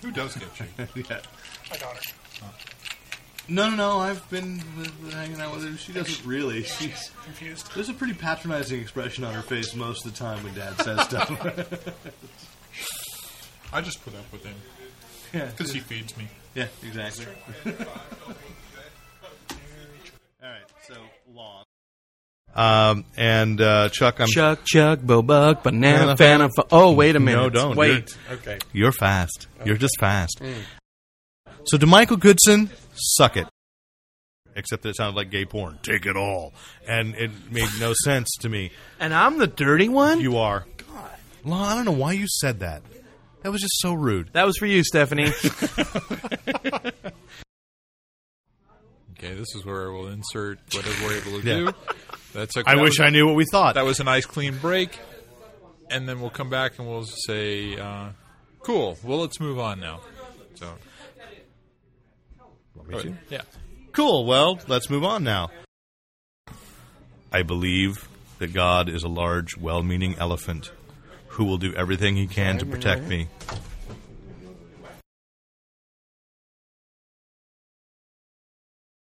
C: Who does get you?
H: yeah.
G: My daughter.
H: No, no, no. I've been with, with- hanging out with her. She doesn't really. She's
G: Confused.
H: there's a pretty patronizing expression on her face most of the time when Dad says stuff.
C: I just put up with him
H: yeah.
C: he feeds me.
H: Yeah. Exactly. All right. So long.
D: Um, and uh, Chuck, I'm
B: Chuck, Chuck, Bobuck, Banana,
D: Banana,
B: Fana, fa- Oh, wait a minute.
D: No, don't.
B: Wait.
C: Okay.
D: You're fast. You're just fast. So to Michael Goodson, suck it. Except that it sounded like gay porn. Take it all. And it made no sense to me.
B: And I'm the dirty one?
D: You are. God. Lon, I don't know why you said that. That was just so rude.
B: that was for you, Stephanie.
C: Okay, this is where we'll insert whatever we're able to
D: Yeah.
C: do. That's okay.
D: I
C: That
D: wish
C: was-
D: I knew what we thought.
C: That was a nice clean break. And then we'll come back and we'll say, uh, cool, well, let's move on now. So, yeah.
D: cool. Well, let's move on now. I believe that God is a large, well meaning elephant who will do everything he can to protect me